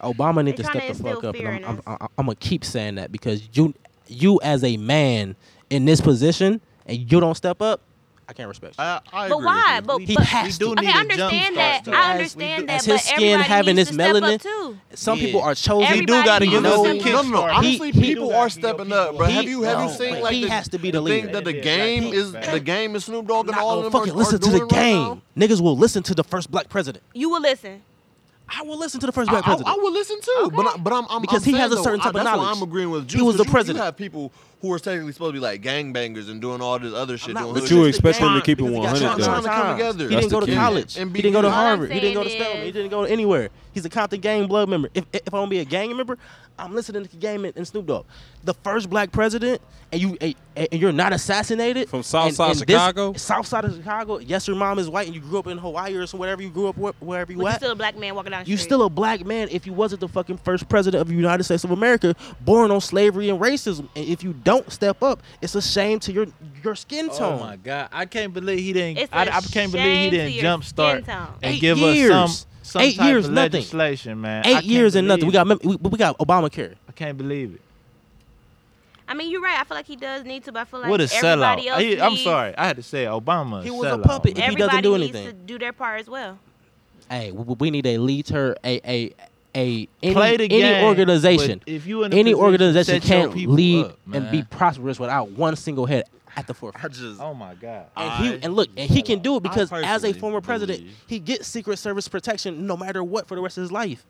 Obama need to They're step trying the to fuck instill up, and fear I'm, in I'm, us. I'm, I'm gonna keep saying that because you, you as a man in this position, and you don't step up, I can't respect you. I, I But agree why? With But, He but has to. okay, I understand that. though. I As- understand that. as But his skin everybody having needs this to step melanin- up too. Some Yeah. people are chosen. He do Everybody gotta get needs us to a step you. No, no, no. kickstart. Honestly, He- people are stepping up. Bro, He- have you have no, you seen but like he the, has to be the thing leader. that the Yeah, game yeah, is yeah. the game is Snoop Dogg Not and all gonna of them fucking are, listen are to the doing right now? game. Niggas will listen to the first black president. You will listen. I will listen to the first I, black I, president. I would listen too, but I, but I'm, I'm Because I'm he has saying a certain though, type I, of that's why knowledge. I'm agreeing with He you. was the You president. have people who are technically supposed to be like gangbangers and doing all this other shit. not doing listening But hood you just shit. the expect him to game. keep it Because he 100 got shot though. trying to come Times. together. He That's didn't go the to key. college. He And be didn't go to good. All I'm Harvard. He didn't go to saying Spelman. He is- didn't go anywhere. He's a Compton gang blood member. If, if I'm gonna be a gang member, I'm listening to the game and, and Snoop Dogg. The first black president, and you and, and you're not assassinated From South and- Side and Chicago? This, south side of Chicago. Yes, your mom is white, and you grew up in Hawaii or so wherever you grew up, wh- wherever you But you at. still a black man walking down the You street. still a black man if you wasn't the fucking first president of the United States of America, born on slavery and racism. And if you don't step up, it's a shame to your your skin Oh tone. my god! I can't believe he didn't. It's I, a I can't believe he shame to didn't your jump start skin tone. and Eight give us years. some some Eight type years, of nothing. legislation, man. I Eight can't yews and nothing. We believe got it. mem- we, we got Obamacare. I can't believe it. I mean, you're right. I feel like he does need to, but I feel like what a sellout! everybody else He- I'm needs- sorry, I had to say Obama. He was a sellout, puppet. man. If he Everybody doesn't do needs to anything. do their part as well. Hey, we, we need a leader, a a a any, Play the any game, organization. but if you in a any position to organization set your can't people lead up, and be man. prosperous without one single head at the forefront. oh my god! And he and look, and he can do it I because as a personally former president, he gets Secret Service protection no matter what for the rest of his life.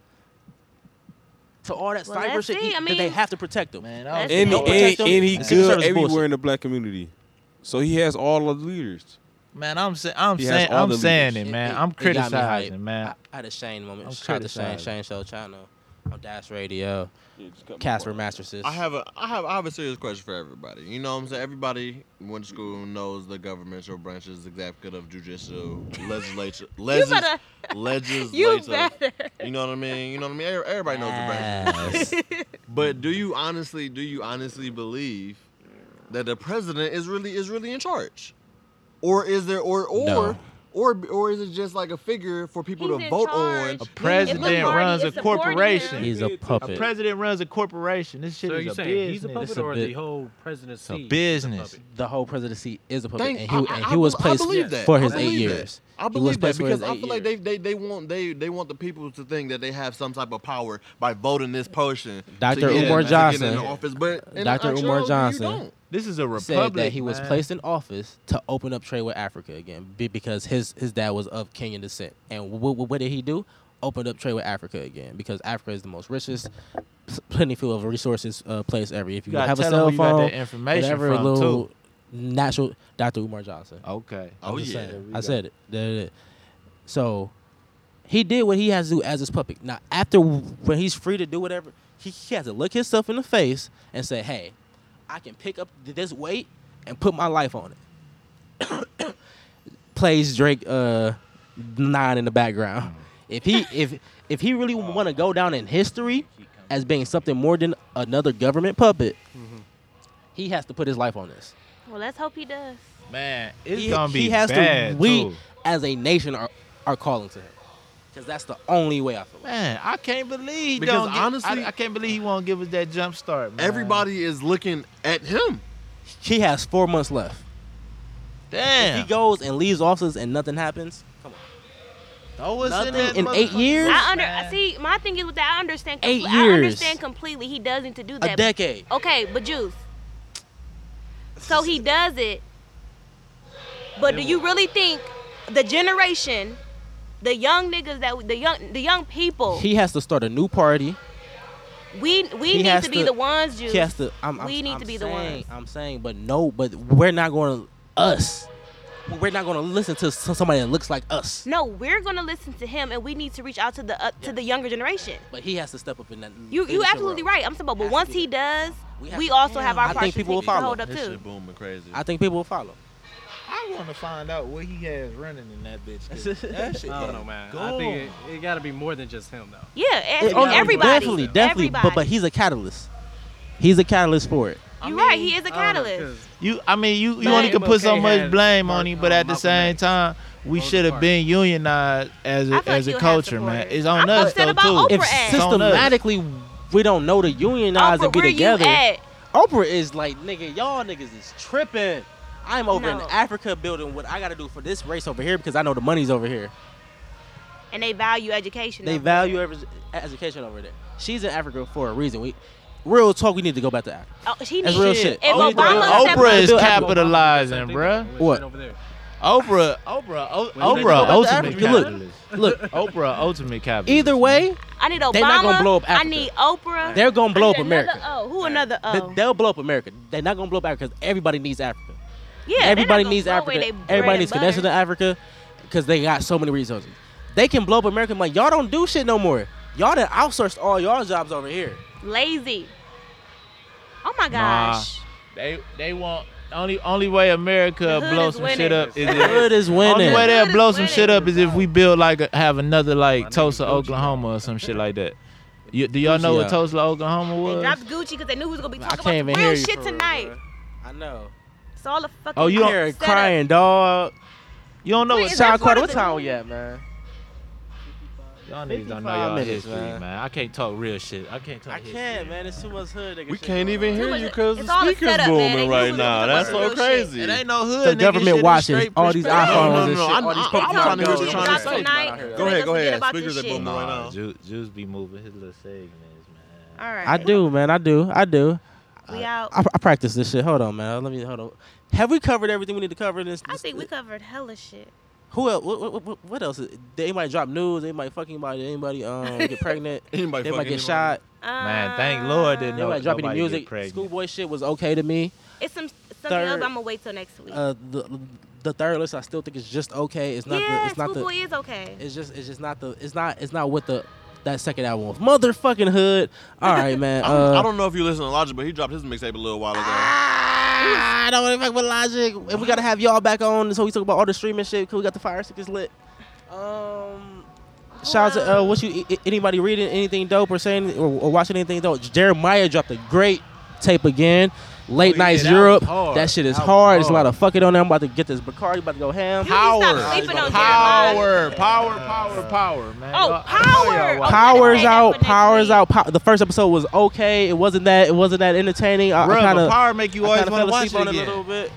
So all that Well, cyber let's shit, see. he- I that they mean- have to protect him. Man, Let's And, Don't and, protect him. and he Secret good Service everywhere bullshit. in the black community. So he has all of the leaders. Man, I'm saying, I'm He has saying, all I'm the saying leaders. it, man. It- I'm it got me hype. criticizing, man. I, I had a Shane moment. I'm Shout out to Shane, Shane criticizing. Show Channel on Dash Radio, Casper Mattresses. I have a I have I have a serious question for everybody. You know what I'm saying? Everybody went to school knows the governmental branches, executive, judicial, legislature, legis, better- legislative. You better. You know what I mean? You know what I mean? Every- Everybody knows Ah. the branches. but do you honestly do you honestly believe that the president is really is really in charge? Or is there or or No. or or is it just like a figure for people He's to in vote charge. on? A president It's a party, runs a it's a party corporation. now. He's a puppet. A president runs a corporation. This shit So is you a saying business. he's a puppet a or bit- the whole presidency? is a puppet? The whole presidency is a puppet, Thank- and he, I- I- and I he was bel- I placed believe that. for I his eight believe that. years. I he was believe that placed for his because I eight feel like they, they they want they they want the people to think that they have some type of power by voting this person. to Dr. get in- Umar to get in the Johnson. office, but in Dr. actuality, Umar you Johnson. don't. This is a Said that republic, he was man. placed in office to open up trade with Africa again be- because his his dad was of Kenyan descent. And wh- wh- what did he do? Opened up trade with Africa again because Africa is the most richest, s- plenty full of resources uh, place ever. If you, You gotta have a tell 'em cell where you got phone, that information whatever from, little too. natural Dr. Umar Johnson. Okay. I'm Oh, just yeah. There saying. we I go. said it. There it is. So he did what he has to do as his puppet. Now, after when he's free to do whatever, he, he has to look himself in the face and say, "Hey, I can pick up this weight and put my life on it." Plays Drake uh, nine in the background. If he if if he really want to go down in history as being something more than another government puppet, he has to put his life on this. Well, let's hope he does. Man, it's he, gonna be he has bad, to. We too. as a nation are are calling to him because that's the only way I feel. Man, I can't believe he Because don't. Get, honestly- I, I can't believe he won't give us that jump start. Man. Everybody is looking at him. He has four months left. Damn. If he goes and leaves office and nothing happens. Come on. Throw us Nothing in that in eight motherfucker. years? I under see. My thing is with that. I understand. Eight Eight I years. understand completely. He does need to do that. decade. Okay, but Juice. So he does it. But do you really think the generation, the young niggas that the young the young people, He has to start a new party. we we he need has to be the ones, Juice. He has to. I'm, I'm, we need I'm to be the saying, ones. I'm saying, but no, but we're not going to us. We're not going to listen to s- somebody that looks like us. No, we're gonna listen to him, and we need to reach out to the uh, to the younger generation. But he has to step up in that. You you leadership absolutely role. right. I'm saying, but once he does, we, have to- also have our I think parts to people will take- to follow. hold up This too. shit booming crazy. I think people will follow. I want to find out what he has running in that bitch. 'cause That shit. I don't is know, man. I gone. think it, it got to be more than just him, though. Yeah, and, It- and oh, everybody. Definitely, definitely. But but Everybody. he's a catalyst. He's a catalyst for it. You're right. He is a catalyst. You, I mean, you, you Blame only can put so okay much has blame on him, but at the same time, we should have been unionized as a, feel like as a you have culture, man. It's on I'm us upset though about too. Oprah If ass. It's on us. systematically we don't know to unionize and be where you together, at? Oprah is like, nigga, y'all niggas is tripping. I'm over in No. Africa building what I gotta do for this race over here because I know the money's over here. And they value education. They over value there. every, education over there. She's in Africa for a reason. We, real talk, we need to go back to Africa. Oh, he That's need- real shit. If Oh, We need to Obama go back to stepped Africa. Oprah is Build Africa. capitalizing, bruh. What? Oprah, Oprah, O- Well, they go back Oprah, to ultimate Africa. Look, capitalist. Look, Oprah, ultimate capitalist. Either way, I need Obama. They're not gonna blow up I Africa. need Oprah. They're gonna I blow need up America. another O. Who another They- O? They'll blow up America. They're not gonna blow up Africa because everybody needs Africa. Yeah, they're not everybody gonna needs blow away Africa. they bread Everybody and needs connection to butter. Africa because they got so many resources. They can blow up America. I'm like y'all don't do shit no more. Y'all done outsourced all y'all jobs over here. Lazy. Oh my gosh. They they want only only way America The hood blow is some winning. shit up is The if- hood is winning. Only way The they'll hood blow is some shit up is if we build like a, have another like Tulsa, Oklahoma or some shit like that. You, do y'all know Gucci, what Tulsa, Oklahoma was? Dropped Gucci because they knew who was gonna be talking can't about even some hear real you shit for real, tonight. I know. It's all a fucking. Oh, you setup. don't dog. You don't know Wait, what is that part South Carter. of What the time movie? we at, man? Y'all niggas don't know y'all 55 minutes, history, man. man. I can't talk real shit. I can't talk. I can't, man. It's too much hood. Nigga We shit can't going even on. hear Too much- you it's 'cause the all a speakers setup, man. booming They right doing now. too much That's so real shit. crazy. It ain't no hood, The government watches all these iPhones and shit. All these I'm Pokemon trying to hear Go's what you're and trying to shit. say. Go ahead, go ahead. about Speakers this are shit. booming right now. Ju- Juice be moving his little segments, man. All right. I do, man. I do. I do. We I, out. I, I practice this shit. Hold on, man. Let me hold on. Have we covered everything we need to cover? in This. I think we covered hella shit. Who else? What, what, what, what else? Did anybody drop news? Anybody fucking anybody? Anybody um get pregnant? Anybody anybody fucking get shot? Uh, Man, thank Lord that no- Nobody drop any nobody get music. pregnant. Schoolboy shit was okay to me. It's some something Third- else. I'm gonna wait till next week. Uh, the the third list I still think is just okay. It's not. yeah, the, it's not the. Schoolboy is okay. It's just it's just not the it's not it's not with the that second album was motherfucking hood. All right, man. I don't, uh, I don't know if you listen to Logic, but he dropped his mixtape a little while ago. I Ah, don't want to fuck with Logic. And we gotta have y'all back on, so we talk about all the streaming shit. Cause we got the fire stickers lit. Um, shout out to uh, what you i- i- anybody reading anything dope or saying or, or watching anything dope. Jeremiah dropped a great tape again. Oh, Late nights that Europe. was hard. That shit is hard. There's a lot of fucking on there. I'm about to get this Bacardi. About to go ham. Power, power, power, power, power, man. Oh, power! Powers out, powers out. Pow- the first episode was okay. It wasn't that. It wasn't that entertaining. I, Bruh, I but kind of power make you always wanna watch it on again. a little bit.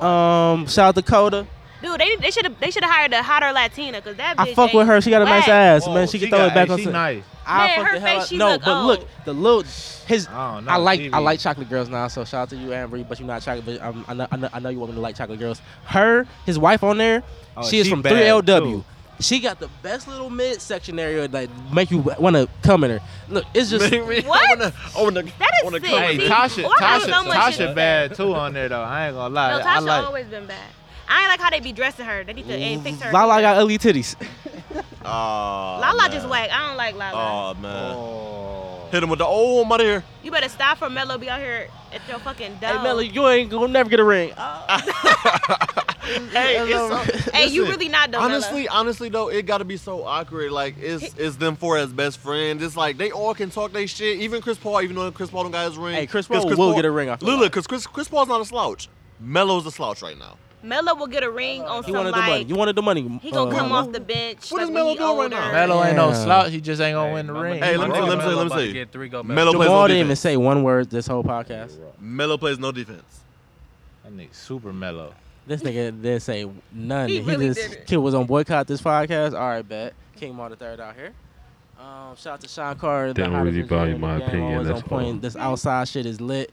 Um, shout out Dakota. Dude, they they should have they should have hired a hotter Latina because that. Bitch I fuck with ain't her. She got a nice whack. ass, Oh, man. She, she can throw got- it back hey, on. she some- nice. I Man, fuck her the hell face, out- she No, look but old. look, the little his. I, I like she I be- like chocolate girls now. So shout out to you, Ambry. But you're not chocolate. But I'm, I, know, I know I know you want me to like chocolate girls. Her, his wife on there. Oh, she is she from bad, 3LW. too. She got the best little midsection area that make you want to come in her. Look, it's just what? On the, that is sick. Hey, See, Tasha, why Tasha, so much Tasha shit- bad too on there though. I ain't gonna lie. No, I Tasha like. always been bad. I ain't like how they be dressing her. They need to eh, fix her. Lala got ugly titties. Oh, Lala just whack. I don't like Lala. Oh man. Hit him with the old mother here. You better stop for Mello be out here at your fucking door. Hey, Melly, you ain't gonna never get a ring. Hey, it's so- Hey, you listen, really not though, Mello. Honestly, honestly though, it gotta be so awkward. Like it's it's them four as best friends. It's like they all can talk their shit. Even Chris Paul, even though Chris Paul don't got his ring. Hey, Chris 'Cause Paul will get a ring, I feel Look, look, cause Chris Chris Paul's not a slouch. Melo's a slouch right now. Mello will get a ring on You some wanted the money. like You wanted the money. he gonna uh, come Lala. off the bench. What like, is when Melo he doing right older. now? Melo ain't no Yeah. slouch. He just ain't gonna win the ring. Hey, let bro. me tell you, let me tell you, Melo let me about tell to you. get three gold medals. Melo plays Jamal no didn't even defense. say one word this whole podcast. Melo plays no defense. That nigga super mellow. This nigga didn't say none. He He, really just didn't. kid was on boycott this podcast. All right, bet. King Maul the third out here. Um, shout out to Sean Carter. the Didn't hottest really engineer value in my the game, opinion, always that's on point. all. This outside shit is lit.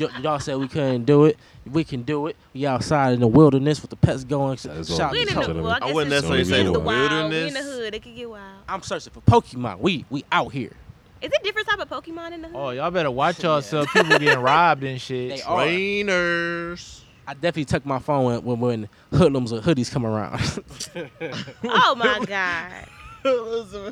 Y- y'all said we couldn't do it. We can do it. We outside in the wilderness with the pets going. all. Shout out We in to the Sean. well, I, guess wouldn't it's- necessarily it's say the the wild. We in the wilderness. hood. It could get wild. I'm searching for Pokemon. We we out here. Is it different type of Pokemon in the hood? Oh, y'all better watch yourself. People getting robbed and shit. They are. Trainers. I definitely took my phone when when, when hoodlums or hoodies come around. oh my god.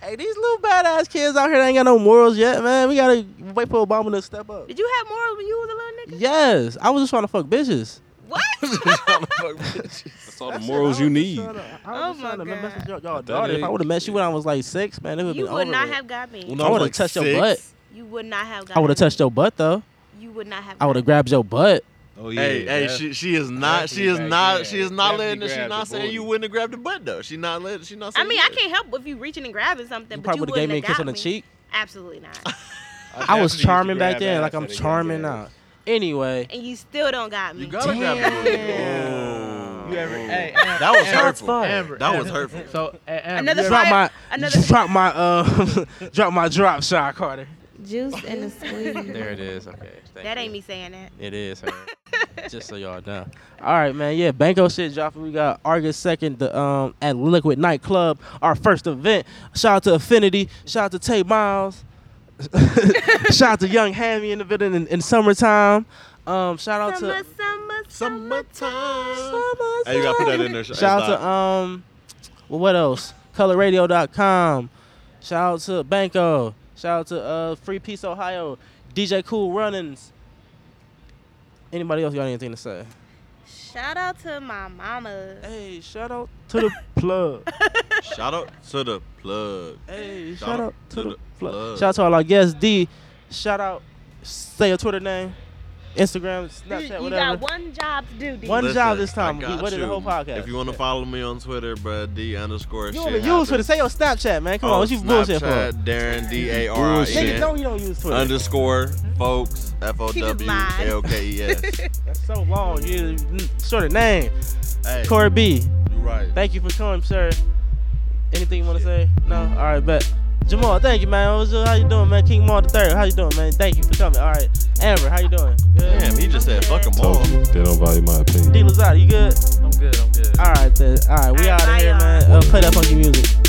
hey, these little badass kids out here that ain't got no morals yet, man. We gotta wait for Obama to step up. Did you have morals when you was a little nigga? Yes, I was just trying to fuck bitches. That's all the morals you need. Oh my god. Y'all daughter, if I age- would have met you when I was like six, man, it would You have been would over. not with. have got me. When I I was, would've like, touched your six. butt. You would not have got I would have me. touched your butt though. You would not have. I would have grabbed your butt. Oh hey, hey, she she is not she is back not then. she is not Definitely letting this- grabbed she's not the saying booty. you wouldn't have grabbed the butt though. She not let she not I saying mean, you I did. can't help if you reaching and grabbing something, You but probably you would wouldn't have have gave me a kiss got on the me. cheek. Absolutely not. I was definitely used to charming back grab then, ass like I'm after they charming now. Anyway, and you still don't got me. You gotta grab You ever? Hey, That was hurtful. Amber, That was Amber. hurtful. So a- Amber, Another you ever- drop my another- drop my uh drop my drop shot, Carter. Juice and a squeeze. There it is. Okay, thank that you. ain't me saying that. It is her. Just so y'all know. All right, man. Yeah, Banco shit dropping. We got August second, the um at Liquid Nightclub, our first event. Shout out to Affinity. Shout out to Tay Miles. shout out to Young Hammy in the building in, in summertime. Um, shout out Summer, to summer, summertime. Hey, you gotta put that in there. shout out to um, well, what else? ColorRadio.com. Shout out to Banco. Shout out to uh Free Peace Ohio. DJ Cool Runnings. Anybody else got anything to say? Shout out to my mama. Hey, shout out to the plug. shout out to the plug. Hey, shout out to the plug. Shout out to all our guests. D, shout out. Say your Twitter name. Instagram, Snapchat, you whatever. got one job to do. D. One Listen, job this time. I We- got what did the you. whole podcast? If you want to follow me on Twitter, bro, D underscore You shit. Oh, only use Twitter. Say your Snapchat, man. Come on, what you bullshit for? Snapchat, Darren D A R I Nigga, N. no, you don't use Twitter. Underscore folks F O Keep it W live. L K E S. That's so long. You short of name. Hey. Corey B. You right. Thank you for coming, sir. Anything you want to say? No. All right, bet. Jamal, thank you, man. What's up? How you doing, man? King Maul the third. How you doing, man? Thank you for coming. All right, Amber, how you doing? Good. Damn, he just said fuck 'em all. Told you. Did nobody my opinion. D Lozada, you good? I'm good. I'm good. All right, then. All right, we out of here, man. Uh, play that funky music.